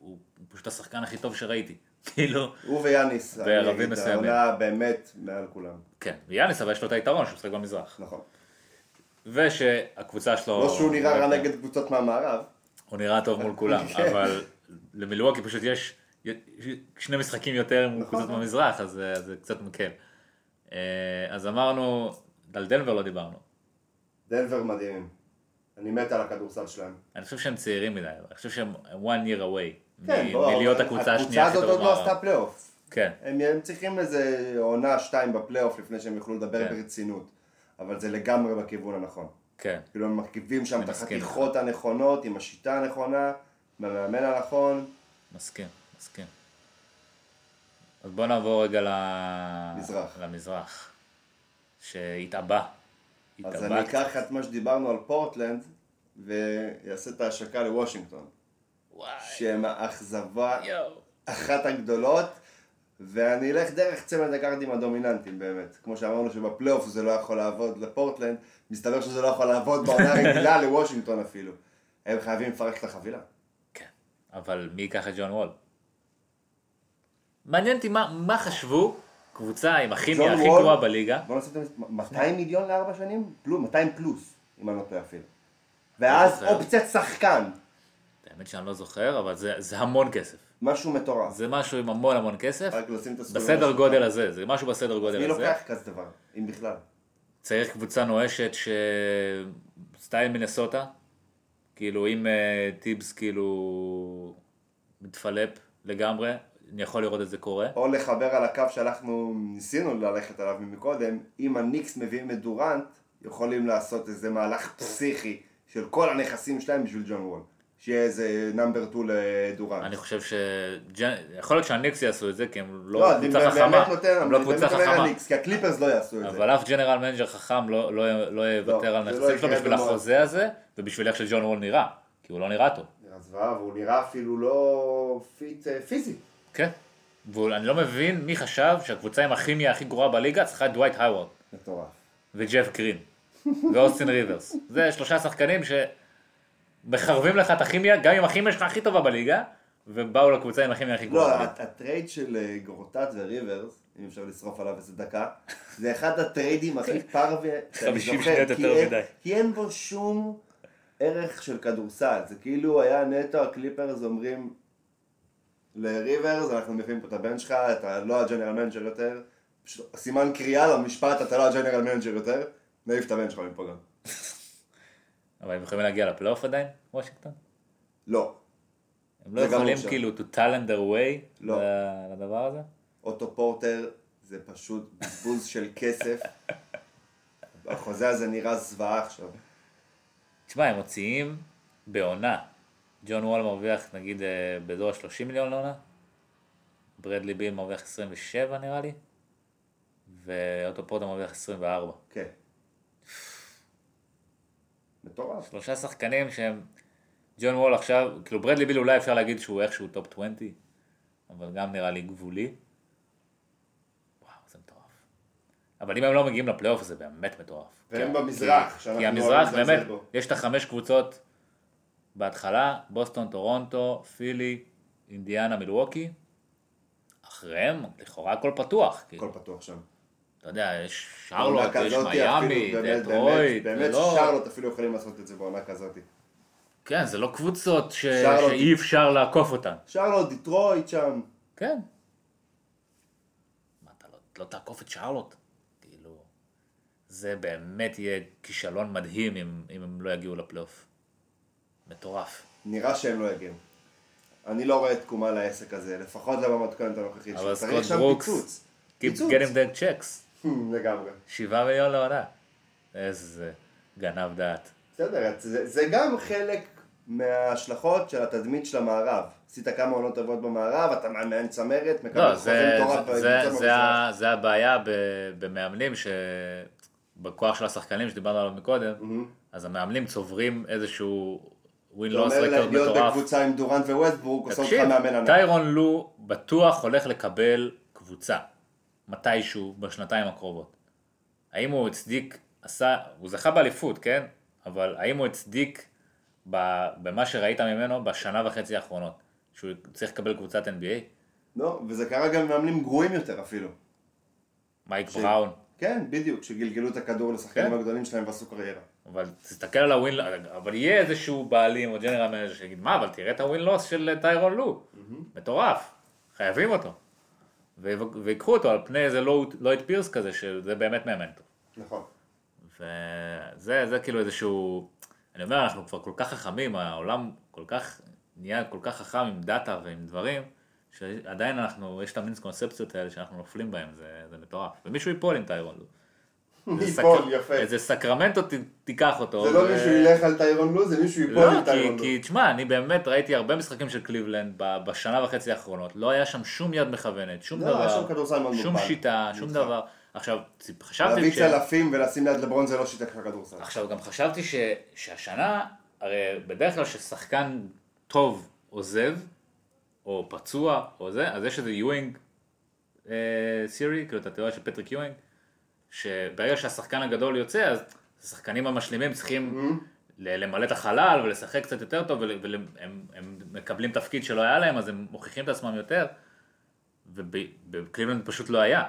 S1: הוא, הוא פשוט השחקן הכי טוב שראיתי. כאילו,
S2: הוא ויאניס, אני
S1: בערבים
S2: אגיד,
S1: מסוימים.
S2: העונה באמת מעל כולם.
S1: כן, ויאניס אבל יש לו את היתרון שהוא משחק במזרח.
S2: נכון.
S1: ושהקבוצה שלו...
S2: לא שהוא נראה רע נגד קבוצות מהמערב,
S1: הוא נראה טוב מול כולם,
S2: כן.
S1: אבל למילואוקי פשוט יש יש שני משחקים יותר
S2: נכון.
S1: מול קבוצות במזרח, אז אה, אז זה קצת מקל. אה, אז אמרנו, על דנבר לא דיברנו.
S2: דנבר מדהימים. אני מת על הכדורסל שלהם.
S1: אני חושב שהם צעירים מדי, אבל אני חושב שהם one year away מ-
S2: כן, בוא,
S1: מלהיות
S2: אבל
S1: הקבוצה השנייה הכי
S2: הקבוצה
S1: טובה
S2: הזאת עוד לא
S1: במערב.
S2: עשתה פלייאוף.
S1: כן,
S2: הם, הם צריכים איזה עונה שתיים בפלייאוף לפני שהם יוכלו לדבר
S1: כן.
S2: ברצינות. אבל זה לגמרי בכיוון הנכון.
S1: כן.
S2: כאילו הם מרכיבים שם
S1: אני
S2: את
S1: מסכים
S2: החתיכות הנכונות, עם השיטה הנכונה, עם המאמן הנכון,
S1: מסכים, מסכים. אז בוא נעבור רגע ל-
S2: מזרח.
S1: למזרח, שהתעבה.
S2: אז
S1: התעבה
S2: אני
S1: קצת.
S2: אקח את מה שדיברנו על פורטלנד, ואעשה את ההשקה לוושינגטון.
S1: וואי,
S2: שהם האכזבה
S1: יואו.
S2: אחת הגדולות, ואני אלך דרך צמד הגארדים הדומיננטיים באמת. כמו שאמרנו שבפלייאוף זה לא יכול לעבוד לפורטלנד, מסתבר שזה לא יכול לעבוד בעונה הרגילה לוושינגטון אפילו. הם חייבים לפרק את החבילה.
S1: כן, אבל מי ייקח את ג'ון וול? מעניין אותי מה, מה חשבו קבוצה עם הכימיה
S2: ג'ון
S1: הכי
S2: וול?
S1: גרועה בליגה.
S2: בוא נעשה את המס... 200 מיליון לארבע שנים? פלו- 200 פלוס, אם אני לא טועה אפילו.
S1: לא
S2: ואז
S1: זוכר.
S2: אופציית שחקן,
S1: האמת שאני לא זוכר, אבל זה, זה המון כסף.
S2: משהו מטורף.
S1: זה משהו עם המון המון כסף,
S2: רק לשים את הסכום.
S1: בסדר גודל הזה, זה משהו בסדר
S2: מי
S1: גודל הזה.
S2: לוקח כזה דבר, אם בכלל?
S1: צריך קבוצה נואשת ש... סטייל מנסוטה, כאילו אם אה, טיבס כאילו מתפלפ לגמרי, אני יכול לראות את זה קורה.
S2: או לחבר על הקו שאנחנו ניסינו ללכת עליו מקודם, אם הניקס מביאים את דורנט, יכולים לעשות איזה מהלך פסיכי של כל הנכסים שלהם בשביל ג'ון וול. שיהיה איזה נאמבר 2 לדורנט.
S1: אני חושב ש... ג'ן- יכול להיות שהניקס יעשו את זה, כי הם לא,
S2: לא, אני
S1: קבוצה
S2: באמת
S1: חכמה.
S2: נותן,
S1: הם
S2: אני
S1: לא
S2: באמת
S1: קבוצה
S2: אומר
S1: חכמה.
S2: הניקס, כי הקליפרס לא יעשו את זה.
S1: אבל אף ג'נרל מנג'ר חכם לא- לא לא יוותר
S2: לא,
S1: על
S2: זה לא
S1: נכסים שלו
S2: יקרה
S1: בשביל
S2: במועד.
S1: החוזה הזה, ובשביל איך שג'ון וול נראה, כי הוא לא נראה טוב.
S2: נראה עזבה, והוא נראה אפילו לא פיט אה, פיזי.
S1: כן. ואני לא מבין מי חשב שהקבוצה עם הכימיה הכי גרועה בליגה צריכה את דווייט האוורד
S2: מטורף.
S1: וג'ף קרין ואוסטין ריברס. זה שלושה שחקנים שמחרבים לך את הכימיה, גם אם הכימיה שלך הכי טובה בליגה, ובאו לקבוצה עם הכימיה הכי
S2: לא,
S1: גרועה. בליגה.
S2: הט- הטרייד של אה, גרוטט וריברס, אם אפשר לשרוף עליו איזה דקה, זה אחד הטריידים הכי פרווה שאני
S1: 50
S2: זוכר,
S1: שניות
S2: כי
S1: יותר
S2: אין-
S1: מדי.
S2: כי אין בו שום ערך של כדורסל, זה כאילו היה נטו הקליפרס אומרים לריברס, אנחנו מביאים פה את הבן שלך, אתה לא הג'נרל מנג'ר יותר, פשוט סימן קריאה למשפט, אתה לא הג'נרל מנג'ר יותר, נעיף את הבן שלך מפה גם.
S1: אבל הם יכולים להגיע לפלייאוף עדיין, וושינגטון?
S2: לא,
S1: הם לא
S2: זה גם
S1: יכולים
S2: אפשר.
S1: כאילו to talent their way
S2: לא.
S1: ל- לדבר הזה?
S2: אוטו פורטר זה פשוט בזבוז של כסף. החוזה הזה נראה זוועה עכשיו.
S1: תשמע, הם מוציאים בעונה. ג'ון וול מרוויח נגיד אה, באזור ה-30 מיליון לעונה, ברדלי ביל מרוויח 27 נראה לי, ואוטו פורטה מרוויח 24.
S2: כן. מטורף.
S1: שלושה שחקנים שהם, ג'ון וול עכשיו, כאילו ברדלי ביל אולי אפשר להגיד שהוא איכשהו טופ 20, אבל גם נראה לי גבולי. וואו, זה מטורף. אבל אם הם לא מגיעים לפלייאוף זה באמת מטורף.
S2: והם
S1: כי-
S2: במזרח,
S1: כי,
S2: שאנחנו
S1: כי
S2: אוהבים
S1: המזרח
S2: לזלזל
S1: באמת,
S2: בו.
S1: יש את החמש קבוצות בהתחלה, בוסטון, טורונטו, פילי, אינדיאנה, מילווקי. אחריהם, לכאורה הכל פתוח. כאילו.
S2: הכל פתוח שם.
S1: אתה יודע, יש שרלוט, יש
S2: כזאתי
S1: מיאמי,
S2: אפילו, באמת,
S1: דטרויט,
S2: באמת, באמת
S1: זה לא-
S2: שרלוט אפילו יכולים לעשות את זה בעונה כזאת.
S1: כן, זה לא קבוצות ש...
S2: שרלוט.
S1: שאי אפשר לעקוף אותן.
S2: שרלוט, דיטרויט שם.
S1: כן. מה, אתה לא, לא תעקוף את שרלוט? כאילו, זה באמת יהיה כישלון מדהים אם, אם הם לא יגיעו לפלייאוף. מטורף.
S2: נראה שהם לא יגיעו. אני לא רואה תקומה לעסק הזה, לפחות לא במתכונת הנוכחית.
S1: אבל
S2: שצריך
S1: סקוט
S2: שם
S1: ברוקס,
S2: פיצוץ.
S1: Keep
S2: פיצוץ.
S1: getting them checks.
S2: לגמרי.
S1: שבעה מיליון לעונה. איזה גנב דעת.
S2: בסדר, זה, זה גם חלק מההשלכות של התדמית של המערב. עשית כמה עונות טובות במערב, אתה מאמן צמרת, מקבל
S1: לא,
S2: חוזה
S1: זה,
S2: מטורף
S1: זה,
S2: בקבוצה
S1: זה, זה,
S2: במזרח.
S1: ה- זה הבעיה ב, במאמנים, ש... בכוח של השחקנים שדיברנו עליו מקודם, אז המאמנים צוברים איזשהו
S2: זה
S1: win-loss
S2: אומר
S1: record
S2: להיות
S1: לא מטורף.
S2: בקבוצה עם דורנט וווסטבורק, עושה אותך
S1: תקשיב,
S2: מאמן ענק.
S1: טיירון לו בטוח הולך לקבל קבוצה, מתישהו, בשנתיים הקרובות. האם הוא הצדיק, עשה, הוא זכה באליפות, כן? אבל האם הוא הצדיק ב- במה שראית ממנו בשנה וחצי האחרונות, שהוא צריך לקבל קבוצת NBA?
S2: לא, וזה קרה גם למאמנים גרועים יותר אפילו.
S1: מייק בראון.
S2: כן, בדיוק, שגלגלו את הכדור לשחקנים
S1: כן.
S2: הגדולים שלהם ועשו קריירה.
S1: אבל תסתכל על הווין, אבל יהיה איזשהו בעלים או ג'נרל מנג'ר שיגיד, מה, אבל תראה את הווין לוס של טיירון לו, מטורף, חייבים אותו. ו- ויקחו אותו על פני איזה לואיד לואיד פירס כזה, שזה באמת מאמן טוב.
S2: נכון.
S1: וזה זה כאילו איזשהו, אני אומר, אנחנו כבר כל כך חכמים, העולם כל כך, נהיה כל כך חכם עם דאטה ועם דברים, שעדיין אנחנו, יש את המינס קונספציות האלה שאנחנו נופלים בהם, זה, זה מטורף. ומישהו ייפול עם טיירון לו. איזה
S2: ייפול,
S1: סק-
S2: יפה.
S1: איזה סקרמנטו ת- תיקח אותו.
S2: זה לא
S1: ו-
S2: מישהו ילך על טיירון לו, זה מישהו ייפול
S1: לא,
S2: עם טיירון
S1: כי,
S2: לו.
S1: כי תשמע, אני באמת ראיתי הרבה משחקים של קליבלנד ב- בשנה וחצי האחרונות. לא היה שם שום יד מכוונת, שום
S2: לא,
S1: דבר.
S2: היה שם כדורסל מאוד
S1: שום
S2: מוגבל. נכון.
S1: שיטה, שום
S2: איתך.
S1: דבר. עכשיו, צי- חשבתי
S2: להביץ
S1: ש...
S2: אלפים ולשים ליד לברון זה לא שיטה של כדורסל.
S1: עכשיו, גם חשבתי ש... שהשנה, הרי בדרך כלל כששחקן טוב עוזב, או פצוע, או זה, אז יש איזה יואינג אה, סירי, כאילו את התיאוריה של פטריק יואינג, שברגע שהשחקן הגדול יוצא, אז השחקנים המשלימים
S2: Mm-hmm.
S1: צריכים ל- למלא את החלל ולשחק קצת יותר טוב, ול- והם הם- הם מקבלים תפקיד שלא היה להם, אז הם מוכיחים את עצמם יותר, ובקליבלנד פשוט לא היה.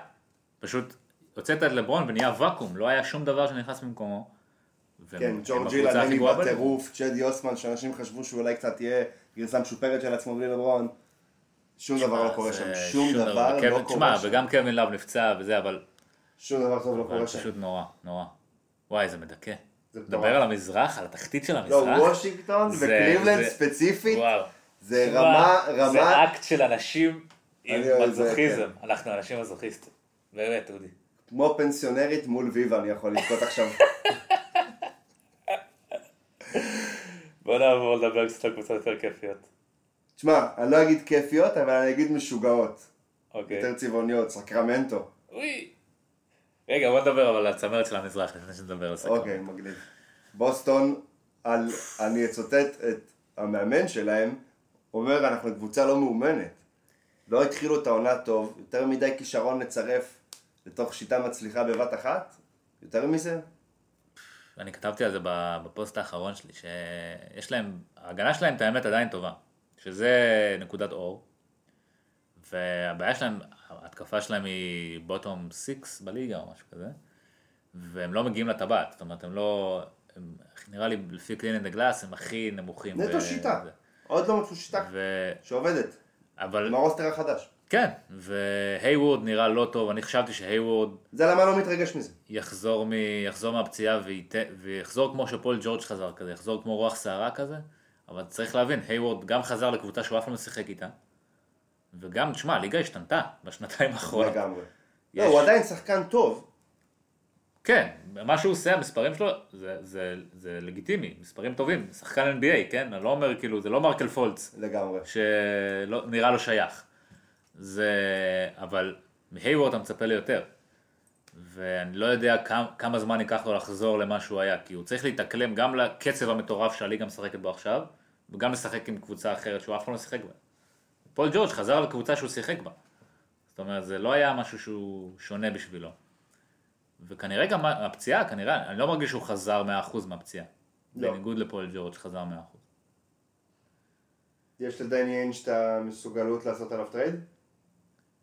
S1: פשוט הוצאת את לברון ונהיה ואקום, לא היה שום דבר שנכנס במקומו. והם-
S2: כן,
S1: הם
S2: ג'ורג'י
S1: הקבוצה הכי
S2: לנני
S1: גרועה בליגה.
S2: בטירוף, צ'די אוסמן, שאנשים חשבו שאולי קצת יהיה גרסה משופרת של עצמו בלי לברון. שום דבר לא קורה
S1: אז,
S2: שם,
S1: אה,
S2: שום דבר
S1: קווין-
S2: לא
S1: תשמע,
S2: קורה שם.
S1: וגם קווין לאב נפצע וזה, אבל
S2: שום דבר טוב לא
S1: אבל
S2: קורה שם.
S1: פשוט נורא, נורא. וואי, זה מדכא.
S2: זה מטורף.
S1: דבר על המזרח, על התחתית של המזרח.
S2: לא, וושינגטון
S1: זה-
S2: וקליבלנד
S1: זה-
S2: ספציפית,
S1: וואו.
S2: זה
S1: תשמע,
S2: רמה,
S1: זה
S2: רמה,
S1: אקט של אנשים עם
S2: אני אוהב את זה, כן.
S1: מזוכיזם. אנחנו אנשים מזוכיסטים. באמת, אודי.
S2: כמו פנסיונרית מול ויבה אני יכול לבכות עכשיו.
S1: בוא נעבור לדבר קצת על קבוצות יותר כיפיות.
S2: תשמע, אני לא אגיד כיפיות, אבל אני אגיד משוגעות.
S1: אוקיי.
S2: יותר צבעוניות, סקרמנטו.
S1: אוי. רגע, בוא נדבר אבל על הצמרת של המזרח לפני שנדבר על סקרמנטו.
S2: אוקיי, מגניב. בוסטון, על- אני אצטט את המאמן שלהם אומר, אנחנו קבוצה לא מאומנת. לא התחילו את העונה טוב, יותר מדי כישרון לצרף לתוך שיטה מצליחה בבת אחת? יותר מזה?
S1: אני כתבתי על זה בפוסט האחרון שלי, שיש להם, ההגנה שלהם את האמת עדיין טובה, שזה נקודת אור, והבעיה שלהם, ההתקפה שלהם היא בוטום 6 בליגה או משהו כזה, והם לא מגיעים לטבעת, זאת אומרת הם לא, הם, נראה לי לפי קלין אנד הגלאס הם הכי נמוכים.
S2: נטו
S1: ב-
S2: שיטה.
S1: זה.
S2: עוד לא מצאו שיטה
S1: ו...
S2: שעובדת.
S1: אבל
S2: עם הרוסטר החדש.
S1: כן, והייוורד נראה לא טוב, אני חשבתי שהייוורד
S2: זה למה אני לא מתרגש מזה.
S1: יחזור, מ... יחזור מהפציעה וית... ויחזור כמו שפול ג'ורג' חזר כזה, יחזור כמו רוח סערה כזה, אבל צריך להבין, הייוורד גם חזר לקבוצה שהוא אף פעם לא שיחק איתה, וגם, תשמע, הליגה השתנתה בשנתיים האחרונות.
S2: לגמרי.
S1: נכון. יש.
S2: לא, הוא עדיין שחקן טוב.
S1: כן, מה שהוא עושה, המספרים שלו, זה, זה, זה לגיטימי, מספרים טובים, שחקן NBA, כן? אני לא אומר, כאילו, זה לא מרקל פולץ,
S2: לגמרי.
S1: שנראה לא שייך. זה... אבל מהייוורד אתה מצפה ליותר. ואני לא יודע כמה, כמה זמן ייקח לו לחזור למה שהוא היה, כי הוא צריך להתאקלם גם לקצב המטורף שהליגה משחקת בו עכשיו, וגם לשחק עם קבוצה אחרת שהוא אף פעם לא שיחק בה. פול ג'ורג' חזר לקבוצה שהוא שיחק בה. זאת אומרת, זה לא היה משהו שהוא שונה בשבילו. וכנראה גם הפציעה, כנראה, אני לא מרגיש שהוא חזר 100% מהפציעה.
S2: לא.
S1: בניגוד לפול ג'ורג' שחזר 100%.
S2: יש לדני אינג' את המסוגלות לעשות עליו טרייד?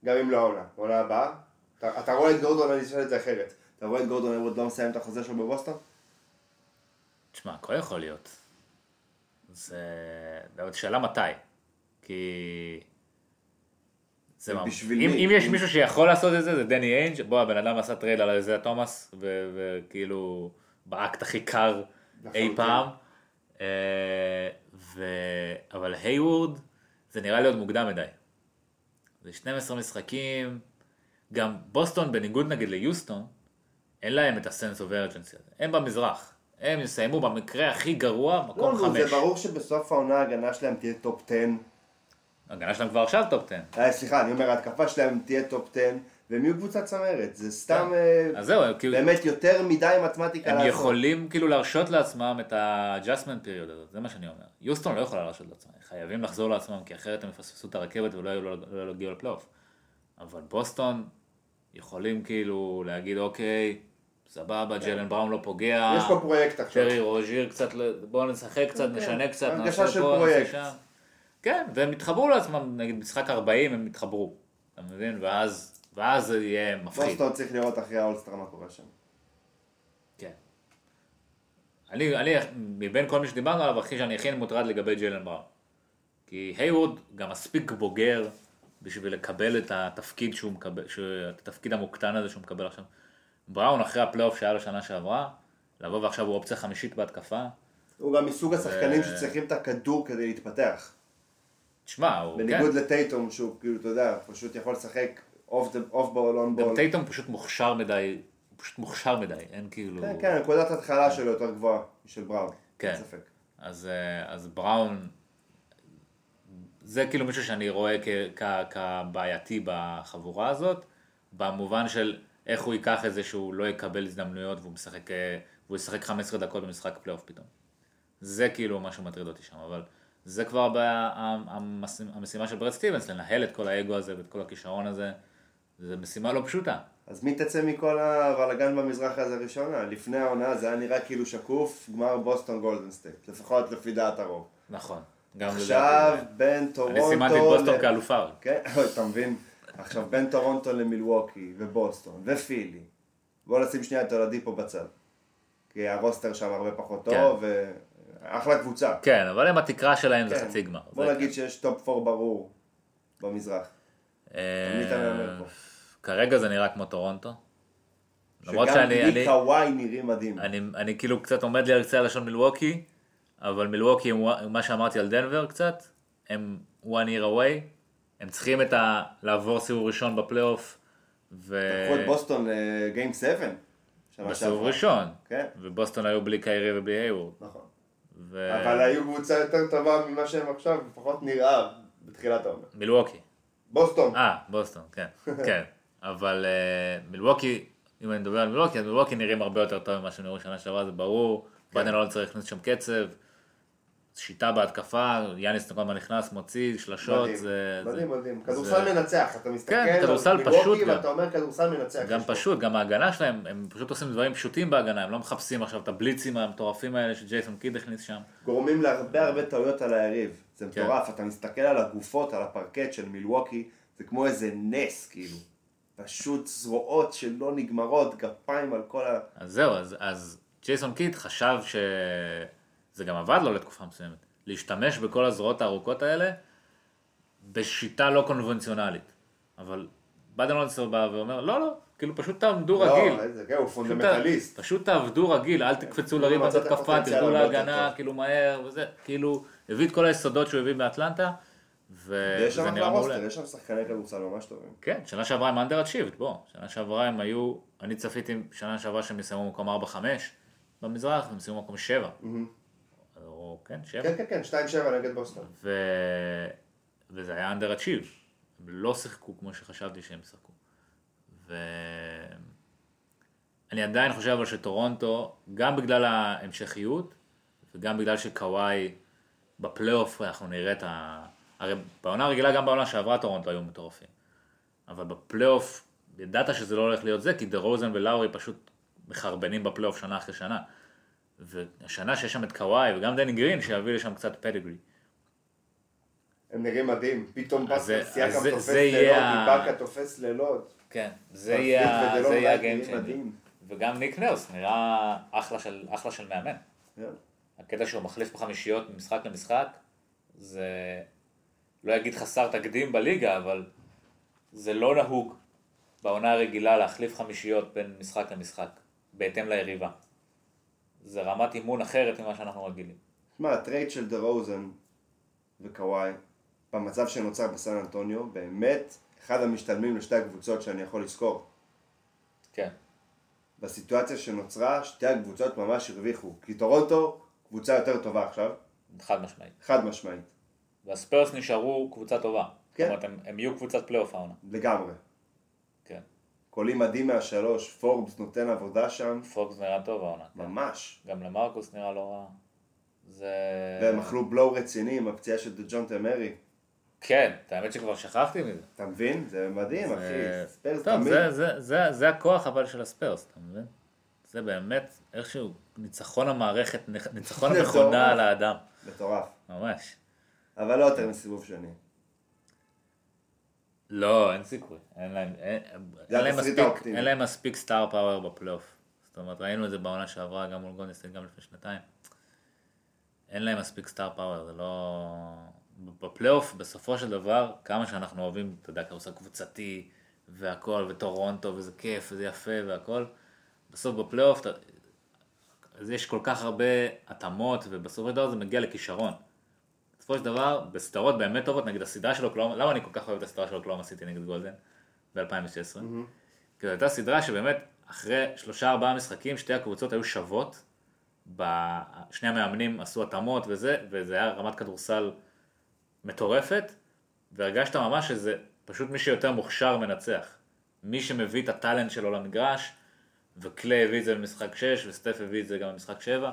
S2: גם אם לא העונה. העונה הבאה? אתה אתה רואה את גורדון, אני אשאל את זה אחרת. אתה רואה את גורדון עוד לא מסיים את החוזה שלו בבוסטון?
S1: תשמע, הכל יכול להיות. זה... אבל שאלה מתי. כי... זה ממש...
S2: בשביל
S1: אם,
S2: מי?
S1: אם יש
S2: אם-
S1: מישהו שיכול לעשות את זה, זה דני איינג', בוא, הבן אדם עשה טרייל על איזה תומאס, ו- וכאילו, באקט הכי קר אי
S2: לחלוטין.
S1: פעם. אה, ו... אבל הייוורד, זה נראה לי עוד מוקדם מדי. זה 12 משחקים, גם בוסטון, בניגוד נגיד ליוסטון, אין להם את הסנס אוף ארג'נסי הזה. הם במזרח. הם יסיימו במקרה הכי גרוע,
S2: לא,
S1: מקום
S2: נו, זה
S1: חמש.
S2: ברור שבסוף העונה ההגנה שלהם תהיה טופ 10.
S1: ההגנה שלהם כבר עכשיו טופ 10.
S2: אה, סליחה, אני אומר, ההתקפה שלהם תהיה טופ 10, והם יהיו קבוצת צמרת. זה סתם אה,
S1: אז זהו, הם כאילו,
S2: באמת יותר מדי מתמטיקה
S1: הם
S2: לעשות.
S1: יכולים כאילו להרשות לעצמם את ה-adjustment period הזאת, זה מה שאני אומר. יוסטון לא יכולה להרשות לעצמם, חייבים לחזור לעצמם, כי אחרת הם יפספסו את הרכבת ולא יהיו- לא יגיעו לפלייאוף. אבל בוסטון יכולים כאילו להגיד, אוקיי, סבבה, ג'לן בראון לא פוגע.
S2: כן. יש פה פרויקט עכשיו.
S1: פרי רוז'יר קצת, ל- בואו נשחק קצת, נשנה קצת,
S2: הרגשה
S1: נעשה
S2: של
S1: פה,
S2: פרויקט.
S1: נעשה שם. כן, והם יתחברו לעצמם, נגיד משחק 40 הם יתחברו, אתה מבין? ואז, ואז זה יהיה מפחיד.
S2: בוסטון צריך לראות אחרי האולסטר מה קורה שם.
S1: כן. אני, אני, מבין כל מי שדיברנו עליו, הכי שאני הכי מוטרד לגבי ג'יילן בראון. כי הייווד גם מספיק בוגר בשביל לקבל את התפקיד שהוא מקבל, ש... את התפקיד המוקטן הזה שהוא מקבל עכשיו. בראון אחרי הפלייאוף שהיה לו שנה שעברה, לבוא ועכשיו הוא אופציה חמישית בהתקפה.
S2: הוא גם מסוג השחקנים שצריכים את הכדור כדי להתפתח.
S1: תשמע, הוא... כן.
S2: בניגוד לטייטום, שהוא כאילו, אתה יודע, פשוט יכול לשחק אוף בול, און
S1: גם
S2: בול.
S1: טייטום פשוט מוכשר מדי, הוא פשוט מוכשר מדי, אין כאילו...
S2: כן, כן, נקודת ההתחלה שלו יותר גבוהה משל בראון.
S1: כן.
S2: אין ספק.
S1: אז, אה, אז בראון, זה כאילו מישהו שאני רואה כ- כ- כבעייתי בחבורה הזאת, במובן של איך הוא ייקח את זה שהוא לא יקבל הזדמנויות והוא משחק, אה, והוא ישחק 15 דקות במשחק פלייאוף פתאום. זה כאילו מה שמטריד אותי שם, אבל זה כבר הבעיה- המ- המשימה- המשימה של ברד סטיבנס, לנהל את כל האגו הזה ואת כל הכישרון הזה, זו משימה לא פשוטה.
S2: אז מי תצא מכל הבלאגן במזרח הזה ראשונה? לפני העונה זה היה נראה כאילו שקוף, גמר בוסטון גולדן סטייט. לפחות לפי דעת הרוב.
S1: נכון. גם
S2: עכשיו
S1: לדעתי.
S2: בין
S1: אני
S2: טורונטו...
S1: סימנתי את בוסטון
S2: ל-
S1: כאלופה. אבל.
S2: כן, אתה מבין? עכשיו בין טורונטו למילווקי, ובוסטון, ופילי. בואו נשים שנייה את אולדיפו בצד. כי הרוסטר שם הרבה פחות טוב, ואחלה קבוצה.
S1: כן, אבל הם התקרה שלהם זה
S2: כן.
S1: חצי גמר.
S2: בוא
S1: זה-
S2: נגיד שיש טופ 4 ברור במזרח.
S1: אה,
S2: תמיד אתה מהמר פה.
S1: כרגע זה נראה כמו טורונטו. למרות
S2: שגם
S1: שאני אני,
S2: בלי קוואי נראים מדהים.
S1: אני, אני כאילו קצת עומד לי על קצה הלשון מילווקי, אבל מילווקי, הם ו- מה שאמרתי על דנבר קצת, הם one year away, הם צריכים את ה... לעבור סיבוב ראשון בפלייאוף, ו...
S2: לקחו את בוסטון לגיים 7. שנה
S1: בסיבוב
S2: שעברה.
S1: ראשון,
S2: כן.
S1: ובוסטון היו בלי קיירי ובלי הייוורד.
S2: נכון.
S1: ו...
S2: אבל היו קבוצה יותר טובה ממה שהם עכשיו, לפחות נראה בתחילת העונה.
S1: מילווקי.
S2: בוסטון.
S1: אה, בוסטון, כן, כן. אבל אה, מילווקי, אם אני מדבר על מילווקי, אז
S2: כן.
S1: מילווקי נראים הרבה יותר טוב ממה שהם נראו שנה שעברה, זה ברור. בדן לא צריך להכניס שם קצב. שיטה בהתקפה, יאניס כל הזמן נכנס, מוציא, שלשות,
S2: מדהים,
S1: זה... זה-
S2: מדהים, מדהים. כדורסל מנצח, אתה מסתכל,
S1: כן,
S2: על
S1: כדורסל
S2: מיווקי
S1: פשוט גם.
S2: ואתה אומר כדורסל מנצח.
S1: גם
S2: יש פה.
S1: פשוט, גם ההגנה שלהם, הם פשוט עושים דברים פשוטים בהגנה, הם לא מחפשים עכשיו את הבליצים המטורפים האלה שג'ייסון קיד הכניס שם.
S2: גורמים להרבה הרבה טעויות על היריב. זה
S1: כן.
S2: מטורף, אתה מסתכל על הגופות, על הפרקט של מילווקי, זה כמו איזה נס, כאילו. פשוט זרועות שלא נגמרות, גפיים על כל ה...
S1: אז זהו, אז, אז ג'ייסון קיד חשב שזה גם עבד לו לתקופה מסוימת, להשתמש בכל הזרועות הארוכות האלה בשיטה לא קונבנציונלית. אבל באדן רודסר בא ואומר, לא, לא, כאילו פשוט תעמדו רגיל.
S2: לא, איזה, כן, הוא
S1: פשוט ת-
S2: פונדמנטליסט.
S1: פשוט תעבדו רגיל, אל תקפצו לריב
S2: מצאת
S1: הזאת התקפה,
S2: לא פוטנציאל
S1: תרדו
S2: הרבה יותר
S1: להגנה,
S2: טוב.
S1: כאילו מהר וזה, כאילו, הביא את כל היסודות שהוא הביא באטלנטה, ו-
S2: יש שם
S1: וזה
S2: אחלה
S1: נראה מעולה.
S2: רוסטר, יש שם שחקני כדורסל ממש טובים.
S1: כן, שנה שעברה הם אנדר אצ'יבד, בוא. שנה שעברה הם היו, אני צפיתי שנה שעברה שהם יסיימו מקום 4-5 במזרח, הם סיימו מקום 7. או כן, 7.
S2: כן, כן, כן, 2-7 נגד בוסטון.
S1: ו... וזה היה אנדר אצ'יבד. הם לא שיחקו כמו שחשבתי שהם ישחקו. ו... אני עדיין חושב אבל שטורונטו, גם בגלל ההמשכיות, וגם בגלל שקוואי בפלייאוף אנחנו נראה את ה... הרי בעונה הרגילה, גם בעונה שעברה טורונטו היו מטורפים. אבל בפלייאוף, ידעת שזה לא הולך להיות זה, כי דה רוזן ולאורי פשוט מחרבנים בפלייאוף שנה אחרי שנה. והשנה שיש שם את קוואי, וגם דני גרין, שיביא לשם קצת פדיגרי.
S2: הם נראים מדהים, פתאום
S1: אז זה-
S2: פסקל סייקם
S1: אז זה-
S2: תופס
S1: זה יהיה
S2: לילות,
S1: ה-
S2: איבאקה תופס לילות.
S1: כן, זה יהיה ה-
S2: ודלון
S1: זה יהיה
S2: וייט
S1: הגיים
S2: נראים
S1: צ'יינג'ר.
S2: לא מדהים.
S1: וגם ניק נרס נראה אחלה של, אחלה של מאמן.
S2: כן.
S1: הקטע שהוא מחליף בחמישיות ממשחק למשחק, זה לא אגיד חסר תקדים בליגה, אבל זה לא נהוג בעונה הרגילה להחליף חמישיות בין משחק למשחק, בהתאם ליריבה. זה רמת אימון אחרת ממה שאנחנו רגילים.
S2: שמע, הטרייד של דה רוזן וקוואי, במצב שנוצר בסן אנטוניו, באמת אחד המשתלמים לשתי הקבוצות שאני יכול לזכור.
S1: כן.
S2: בסיטואציה שנוצרה, שתי הקבוצות ממש הרוויחו. כי טורונטו, קבוצה יותר טובה עכשיו,
S1: חד משמעית.
S2: חד משמעית,
S1: והספרס נשארו קבוצה טובה.
S2: כן.
S1: זאת אומרת, הם, הם יהיו קבוצת פלייאוף העונה.
S2: לגמרי.
S1: כן.
S2: קולים מדהים מהשלוש, פורבס נותן עבודה שם,
S1: פוקס נראה טוב העונה. כן.
S2: ממש.
S1: גם למרקוס נראה לא רע. זה...
S2: והם אכלו בלואו רציני עם הפציעה של דה ג'ון טמרי.
S1: כן, את האמת שכבר שכחתי מזה.
S2: אתה מבין? זה מדהים, אחי. אה, ספיירס
S1: אה, טוב,
S2: תמיד.
S1: זה, זה, זה, זה הכוח אבל של הספיירס, אתה מבין? זה באמת איכשהו ניצחון המערכת, נח- ניצחון
S2: זה
S1: המכונה
S2: מטורף.
S1: על האדם,
S2: מטורף.
S1: ממש.
S2: אבל לא יותר מסיבוב שני.
S1: לא, אין סיכוי. אין להם, אין, אין,
S2: זה
S1: להם,
S2: התסריט
S1: מספיק,
S2: האופטימי.
S1: אין להם מספיק סטאר פאוור בפלייאוף. זאת אומרת, ראינו את זה בעונה שעברה, גם מול גולדנסטייט, גם לפני שנתיים. אין להם מספיק סטאר פאוור, זה לא... בפלייאוף, בסופו של דבר, כמה שאנחנו אוהבים, אתה יודע, כדורסל קבוצתי, והכל, וטורונטו, וזה כיף, וזה יפה, והכל, בסוף בפלייאוף, אתה... אז יש כל כך הרבה התאמות, ובסופו של דבר זה מגיע לכישרון. בסופו של דבר, בסדרות באמת טובות, נגיד הסדרה של אוקלאומה, למה אני כל כך אוהב את הסדרה של אוקלאומה סיטי נגד גולדן ב-2016? כי זו הייתה סדרה שבאמת, אחרי שלושה ארבעה משחקים, שתי הקבוצות היו שוות, ב- שני המאמנים עשו התאמות וזה, וזה היה רמת כדורסל מטורפת, והרגשת ממש שזה פשוט מי שיותר מוכשר מנצח. מי שמביא את הטאלנט שלו למגרש, וקליי הביא את זה במשחק 6, וסטף הביא את זה גם במשחק 7,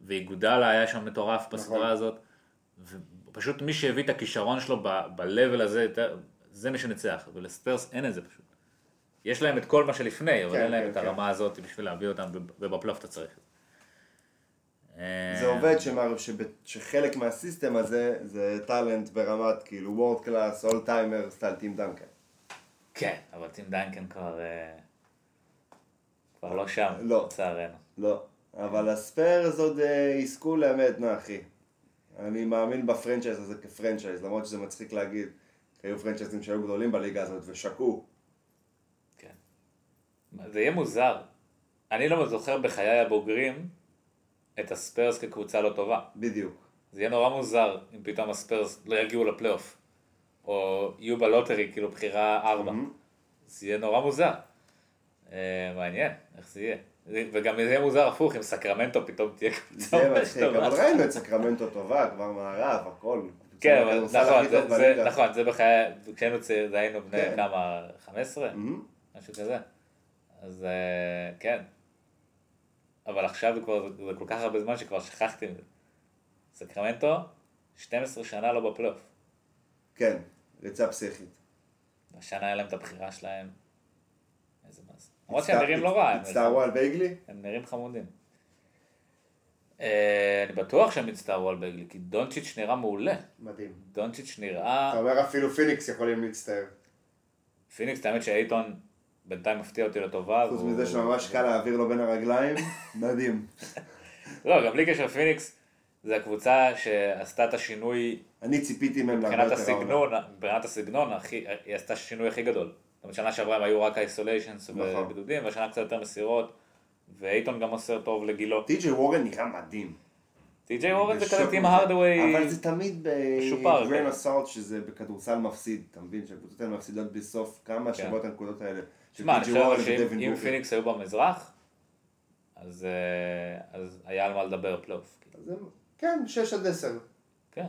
S1: ואיגודלה היה שם מטורף
S2: נכון.
S1: בסדרה הזאת, ופשוט מי שהביא את הכישרון שלו ב- ב-level הזה, יותר- זה מי שניצח, ולספרס אין את זה פשוט. יש להם את כל מה שלפני, אבל
S2: כן,
S1: אין להם
S2: כן,
S1: את
S2: כן.
S1: הרמה הזאת בשביל להביא אותם, וב- ובפלייאוף אתה צריך את זה.
S2: זה עובד שמר, שב, שחלק מהסיסטם הזה זה טאלנט ברמת כאילו וורד קלאס, אול טיימר, סטייל טים דנקן.
S1: כן, אבל טים דיינקן כבר... אה, כבר לא שם,
S2: לא.
S1: לצערנו.
S2: לא. אבל הספיירס עוד אה, יזכו לאמת, נה אחי. אני מאמין בפרנצ'ייז הזה כפרנצ'ייז, למרות שזה מצחיק להגיד. כי היו פרנצ'ייזים שהיו גדולים בליגה הזאת ושקעו.
S1: כן. מה, זה יהיה מוזר. אני לא זוכר בחיי הבוגרים את הספיירס כקבוצה לא טובה.
S2: בדיוק.
S1: זה יהיה נורא מוזר אם פתאום הספיירס לא יגיעו לפלייאוף. או יהיו בלוטרי, כאילו בחירה ארבע. זה יהיה נורא מוזר. אה, מעניין, איך זה יהיה. זה- וגם זה יהיה מוזר הפוך, אם סקרמנטו פתאום תהיה קבוצה
S2: זה
S1: ממש
S2: מצחיק,
S1: טובה.
S2: אבל ראינו את סקרמנטו טובה, כבר מערב, הכל.
S1: אה? כן,
S2: זה
S1: אבל נכון,
S2: הכדורסל הכי טוב
S1: זה- זה-
S2: בליגה.
S1: נכון, זה בחיי, כשהיינו צעירים, זה היינו בני
S2: כן.
S1: כמה, 15?
S2: מהמם.
S1: משהו כזה. אז אה, כן. אבל עכשיו זה כבר, זה כל כך הרבה זמן שכבר שכחתי מזה. סקרמנטו, 12 שנה לא בפלייאוף.
S2: כן, ריצה פסיכית.
S1: השנה היה להם את הבחירה שלהם. איזה מזל. למרות שהם נראים לא רע, הם-
S2: הצטערו על בייגלי?
S1: הם נראים חמודים. אה, אני בטוח שהם יצטערו על בגלי, כי דונצ'יץ' נראה מעולה.
S2: מדהים.
S1: דונצ'יץ' נראה...
S2: אתה אומר אפילו פיניקס יכולים להצטער.
S1: פיניקס, האמת שאייטון בינתיים מפתיע אותי לטובה.
S2: חוץ
S1: והוא-
S2: מזה שממש קל להעביר לו בין הרגליים, מדהים.
S1: לא, גם בלי קשר פיניקס, זה הקבוצה שעשתה את השינוי
S2: אני ציפיתי מהם להרבה
S1: מבחינת
S2: יותר העונה.
S1: הסגנון, מבחינת הסגנון, הכי- היא עשתה שינוי הכי גדול. זאת אומרת, שנה שעברה הם היו רק איסוליישנס
S2: נכון.
S1: ובידודים, והשנה קצת יותר מסירות, ואייטון גם עושה טוב לגילו.
S2: טי.ג'יי וורן נראה מדהים.
S1: טי.ג'יי אורן זה
S2: בשוק
S1: כזה טים
S2: מזה.
S1: הרדווי,
S2: אבל זה תמיד
S1: משופר, כן.
S2: בגרן הסארט שזה בכדורסל מפסיד, אתה מבין? שהקבוצות האלה מפסידות בסוף כמה
S1: כן.
S2: שוות הנקודות האלה. של
S1: שמע, אני
S2: טי.ג'יי וורן
S1: חושב שאם
S2: ודווין
S1: אם
S2: בוקר.
S1: פיניקס היו במזרח, אז אה, אז היה על מה לדבר פלייאוף. כאילו.
S2: אז הם- כן, 6 עד 10.
S1: כן,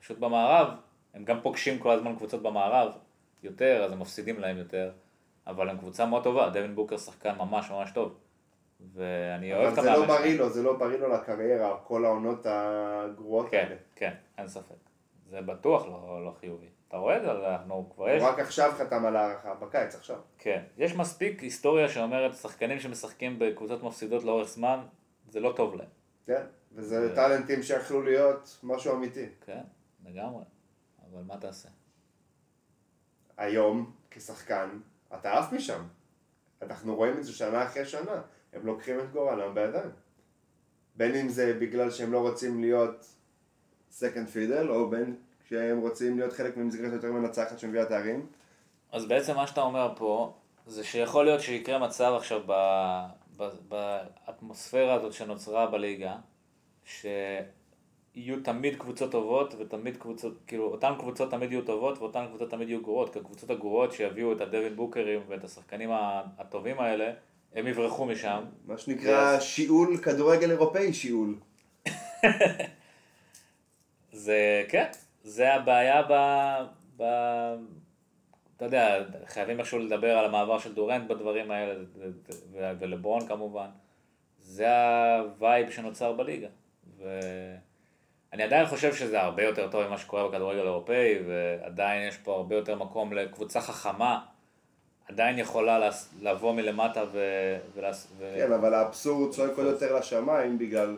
S1: פשוט במערב, הם גם פוגשים כל הזמן קבוצות במערב יותר, אז הם מפסידים להם יותר, אבל הם קבוצה מאוד טובה, דווין בוקר שחקן ממש ממש טוב, ואני אוהב
S2: אבל
S1: את
S2: זה
S1: המאמן.
S2: לא בריא
S1: שלהם.
S2: לו, זה לא בריא לו לקריירה, כל העונות הגרועות
S1: כן,
S2: האלה.
S1: כן, אין ספק. זה בטוח לא, לא חיובי. אתה רואה את זה? אנחנו כבר יש...
S2: הוא רק עכשיו חתם על ההערכה, בקיץ עכשיו.
S1: כן. יש מספיק היסטוריה שאומרת, שחקנים שמשחקים בקבוצות מפסידות לאורך זמן, זה לא טוב להם.
S2: כן, וזה טאלנטים שיכלו להיות משהו אמיתי.
S1: כן, לגמרי. אבל מה תעשה?
S2: היום, כשחקן, אתה עף משם. אנחנו רואים את זה שנה אחרי שנה. הם לוקחים את גורלם בידיים. בין אם זה בגלל שהם לא רוצים להיות second fiddle, או בין שהם רוצים להיות חלק ממסגרת יותר מנצחת שמביאה תארים.
S1: אז בעצם מה שאתה אומר פה, זה שיכול להיות שיקרה מצב עכשיו ב, ב, באטמוספירה הזאת שנוצרה בליגה, שיהיו תמיד קבוצות טובות, ותמיד קבוצות, כאילו, אותן קבוצות תמיד יהיו טובות, ואותן קבוצות תמיד יהיו גרועות, כי הקבוצות הגרועות שיביאו את הדווין בוקרים ואת השחקנים ה- הטובים האלה, הם יברחו משם,
S2: מה שנקרא שיעול כדורגל אירופאי שיעול.
S1: זה, כן, זה הבעיה ב... ב... אתה יודע, חייבים איכשהו לדבר על המעבר של דורנט בדברים האלה, ו- ולברון כמובן. זה הווייב שנוצר בליגה. ואני עדיין חושב שזה הרבה יותר טוב ממה שקורה בכדורגל האירופאי, ועדיין יש פה הרבה יותר מקום לקבוצה חכמה, עדיין יכולה לס- לבוא מלמטה ו... ולס... ו...
S2: כן, אבל האבסורד צועק עוד יותר לשמיים בגלל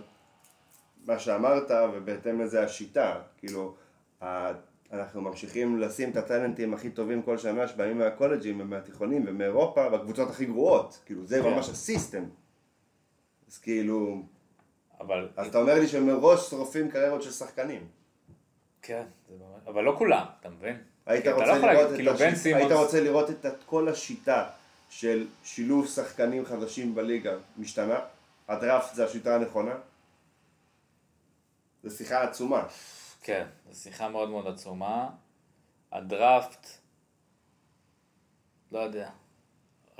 S2: מה שאמרת, ובהתאם לזה השיטה. כאילו, ה- אנחנו ממשיכים לשים את הטאלנטים הכי טובים כל שנה שבאים מהקולג'ים ומהתיכונים ומאירופה, בקבוצות הכי גרועות. כאילו, זה
S1: כן.
S2: ממש הסיסטם. אז כאילו,
S1: אבל...
S2: אז אתה אומר לי שמראש שורפים קריירות של שחקנים.
S1: כן, זה באמת... אבל לא כולם, אתה מבין?
S2: היית
S1: כי אתה לא
S2: רוצה
S1: יכול
S2: לראות
S1: להגיד, כאילו,
S2: את
S1: בן
S2: השיט- היית
S1: סימונס-
S2: רוצה לראות את ה- כל השיטה של שילוב שחקנים חדשים בליגה משתנה? הדראפט זה השיטה הנכונה? זו שיחה עצומה.
S1: כן, זו שיחה מאוד מאוד עצומה. הדראפט, לא יודע.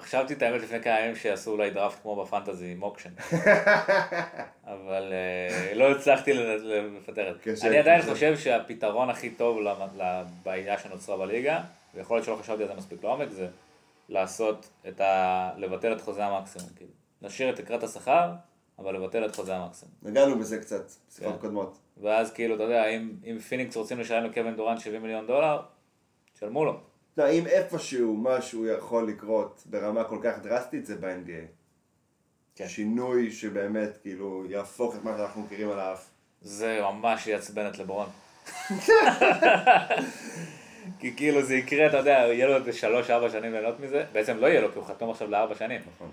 S1: חשבתי את האמת לפני כמה ימים שיעשו אולי דראפט כמו בפנטזי עם אוקשן. אבל אה, לא הצלחתי לנ- לפתח את
S2: קשה,
S1: זה. אני עדיין
S2: קשה.
S1: חושב שהפתרון הכי טוב למ- לבעיה שנוצרה בליגה, ויכול להיות שלא חשבתי על זה מספיק לעומק, זה לעשות את ה... לבטל את חוזה המקסימום. כאילו. להשאיר את תקרת השכר, אבל לבטל את חוזה המקסימום.
S2: נגענו בזה קצת, שיחות
S1: כן.
S2: קודמות.
S1: ואז כאילו, אתה יודע, אם, אם פיניקס רוצים לשלם לקווין דורנט 70 מיליון דולר, תשלמו לו.
S2: לא, אם איפשהו משהו יכול לקרות ברמה כל כך דרסטית זה ב-NBA.
S1: כן.
S2: שינוי שבאמת כאילו יהפוך את מה שאנחנו מכירים על האף.
S1: זה ממש יעצבן את לברון. כי כאילו זה יקרה, אתה יודע, יהיה לו איזה שלוש, ארבע שנים ליהנות מזה, בעצם לא יהיה לו, כי הוא חתום עכשיו לארבע שנים.
S2: נכון.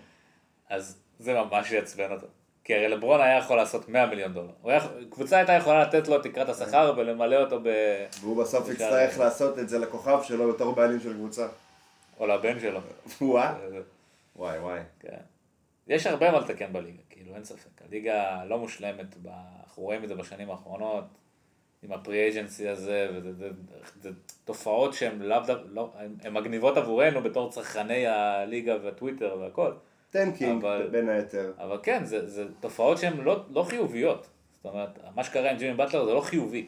S1: אז זה ממש יעצבן אותו. כי הרי לברון היה יכול לעשות 100 מיליון דולר. הוא היה, קבוצה הייתה יכולה לתת לו את תקרת השכר ולמלא אותו ב...
S2: והוא בסוף
S1: אפשר-
S2: יצטרך לעשות את זה לכוכב שלו בתור בעלים של קבוצה.
S1: או לבן שלו.
S2: וואי.
S1: זה-
S2: וואי וואי.
S1: כן. יש הרבה מה לתקן בליגה, כאילו, אין ספק. הליגה לא מושלמת, ב- אנחנו רואים את זה בשנים האחרונות, עם הפרי אג'נסי הזה, וזה זה, זה תופעות שהן לאו דו... לא, הן- הן מגניבות עבורנו בתור צרכני הליגה והטוויטר והכל,
S2: טנקינג
S1: אבל-
S2: בין היתר.
S1: אבל כן, זה, זה תופעות שהן לא, לא חיוביות. זאת אומרת, מה שקרה עם ג'ימי באטלר זה לא חיובי.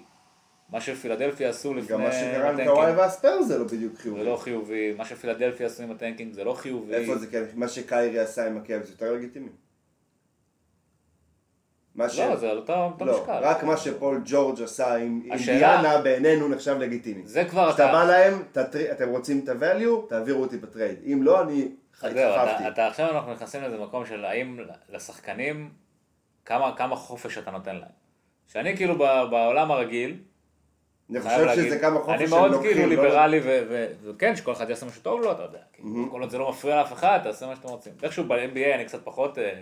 S1: מה שפילדלפיה עשו לפני...
S2: גם מה שקרה עם
S1: הטנקינג
S2: קוואי והספר זה לא בדיוק
S1: כן. זה
S2: חיובי.
S1: לא חיובי, מה שפילדלפיה עשו עם הטנקינג זה לא חיובי.
S2: איפה זה כן? מה שקיירי עשה עם הכאב זה יותר לגיטימי. מה ש...
S1: לא, זה על אותו אותו
S2: לא,
S1: משקל.
S2: רק מה שפול ג'ורג' עשה עם
S1: השאלה-
S2: אינדיאנה בעינינו נחשב לגיטימי.
S1: זה כבר
S2: כשאתה
S1: אתה...
S2: בא להם, תטר- אתם רוצים את ה-value, תעבירו אותי בטרייד. אם לא, אני
S1: אז זהו, אתה,
S2: התחפפתי.
S1: אתה עכשיו אנחנו נכנסים לאיזה מקום של האם לשחקנים, כמה, כמה חופש אתה נותן להם. שאני כאילו ב- בעולם הרגיל,
S2: אני
S1: חייב
S2: חושב
S1: להגיד,
S2: שזה כמה חופש
S1: אני
S2: שהם
S1: מאוד
S2: לוקחים,
S1: כאילו
S2: לא-
S1: ליברלי, ו- ו- וכן, שכל אחד יעשה מה שטוב לו, אתה יודע. כאילו, כל עוד זה לא מפריע לאף אחד, תעשה מה שאתם רוצים. איכשהו ב-NBA אני קצת פחות אה,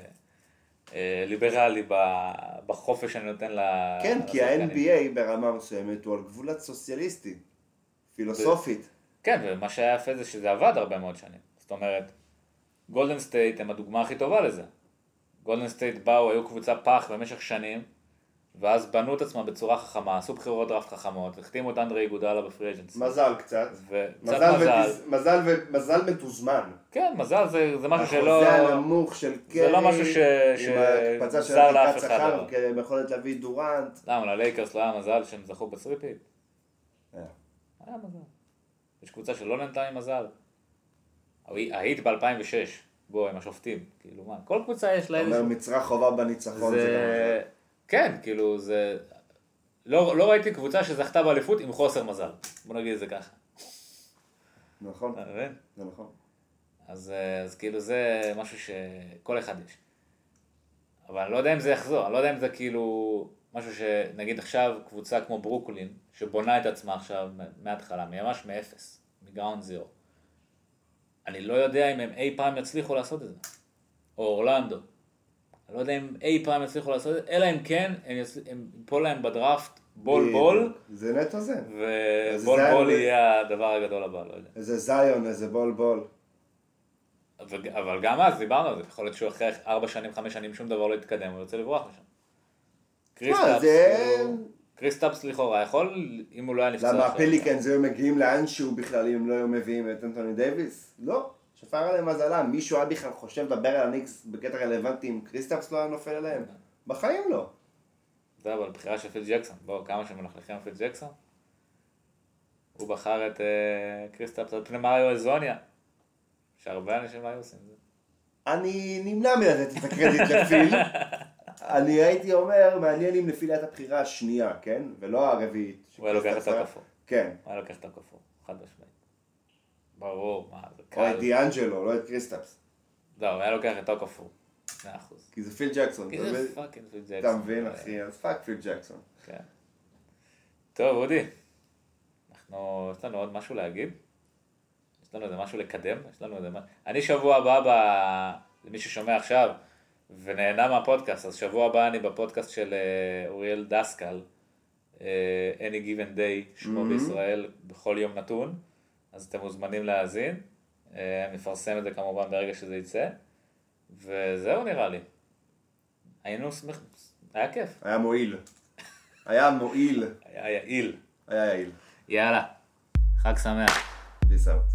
S1: אה, ליברלי ב- בחופש שאני נותן ל...
S2: כן, כי
S1: לשחקנים.
S2: ה-NBA ברמה מסוימת הוא על גבול הסוציאליסטי, פילוסופית.
S1: כן, ומה שהיה יפה זה שזה עבד הרבה מאוד שנים. זאת אומרת, גולדן סטייט הם הדוגמה הכי טובה לזה. גולדן סטייט באו, היו קבוצה פח במשך שנים, ואז בנו את עצמם בצורה חכמה, עשו בחירות דראפט חכמות, החתימו את אנדרי איגודלה בפרי אג'נסי.
S2: מזל קצת.
S1: וקצת
S2: מזל
S1: מזל.
S2: ותז- מזל ו- מזל מתוזמן.
S1: כן, מזל זה, זה משהו שלא...
S2: החוזה הנמוך של קרי,
S1: זה לא משהו ש- ש-
S2: עם ההקפצה של
S1: זר לאף
S2: התקרת
S1: אחד,
S2: שכר,
S1: אבל.
S2: כי הם יכולת להביא דורנט.
S1: למה, ללייקרס לא היה מזל שהם זכו בסריטי?
S2: אה.
S1: היה מזל. יש קבוצה שלא נהנתה ממזל. ההיט ב-2006, בוא, עם השופטים. כאילו, מה, כל קבוצה יש לה
S2: אומר
S1: איזשהו...
S2: מצרך חובה בניצחון. נכון, זה גם מזל.
S1: זה... כן, כאילו, זה... לא, לא ראיתי קבוצה שזכתה באליפות עם חוסר מזל. בוא נגיד את זה ככה.
S2: נכון,
S1: אתה מבין?
S2: זה נכון.
S1: אז, אה, אז כאילו זה משהו שכל אחד יש. אבל אני לא יודע אם זה יחזור, אני לא יודע אם זה כאילו משהו שנגיד עכשיו קבוצה כמו ברוקלין, שבונה את עצמה עכשיו מ- מההתחלה, ממש מאפס, מגאונד זירו. אני לא יודע אם הם אי פעם יצליחו לעשות את זה. או אורלנדו. אני לא יודע אם אי פעם יצליחו לעשות את זה, אלא אם כן הם, יצל... הם יפול להם בדראפט בול בול,
S2: זה נטו זה. אז
S1: ובול
S2: זה-
S1: בול יהיה הדבר הגדול הבא, לא יודע.
S2: איזה זיון, איזה בול בול.
S1: אבל אבל גם אז דיברנו על זה, יכול להיות שהוא אחרי ארבע שנים, חמש שנים, שום דבר לא יתקדם, הוא ירצה לברוח משם.
S2: מה,
S1: קריסטאפס,
S2: זה-
S1: כאילו, קריסטאפס לכאורה יכול, אם הוא לא היה נפצע.
S2: למה
S1: עכשיו.
S2: הפליקנס היו מגיעים לאנשהו בכלל אם לא היו מביאים את אנטוני דייוויס? לא. שפר עליהם מזלם, מישהו היה בכלל חושב לדבר על הניקס בקטע רלוונטי אם קריסטפס לא היה נופל עליהם? בחיים לא.
S1: זה אבל בחירה של פיל ג'קסון, בואו, כמה שמלכלכים על פיל ג'קסון. הוא בחר את אה, קריסטאפס על פני מריו אזוניה, שהרבה אנשים היו עושים את זה.
S2: אני נמנע מלתת את הקרדיט לפיל. אני הייתי אומר, מעניין אם לפיל הייתה הבחירה השנייה, כן? ולא הרביעית.
S1: הוא היה לוקח את
S2: שקריסטפס היה-
S1: הכפור,
S2: כן.
S1: הוא היה לוקח את הכפור, חד משמעית. ברור, מה, זה
S2: או את
S1: קל.
S2: דיאנג'לו, לא את קריסטפס.
S1: לא, הוא היה לוקח את הכפור, מאה אחוז.
S2: כי זה פיל ג'קסון.
S1: כי
S2: אתה
S1: זה
S2: מבין?
S1: פאקינג פיל ג'קסון.
S2: אתה מבין, אחי? אז פאק פיל ג'קסון.
S1: כן. טוב, אודי, אנחנו, יש לנו עוד משהו להגיד? יש לנו איזה משהו לקדם? יש לנו איזה... מה- אני שבוע הבא, ב... למי ששומע עכשיו ונהנה מהפודקאסט, אז שבוע הבא אני בפודקאסט של אה, אוריאל דסקל, אה, Any Given Day, שמו mm-hmm. בישראל, בכל יום נתון, אז אתם מוזמנים להאזין. אה, נפרסם את זה כמובן ברגע שזה יצא, וזהו נראה לי. היינו שמחים, היה כיף.
S2: היה מועיל. היה מועיל.
S1: היה יעיל.
S2: היה יעיל.
S1: יאללה, חג שמח.
S2: Peace out.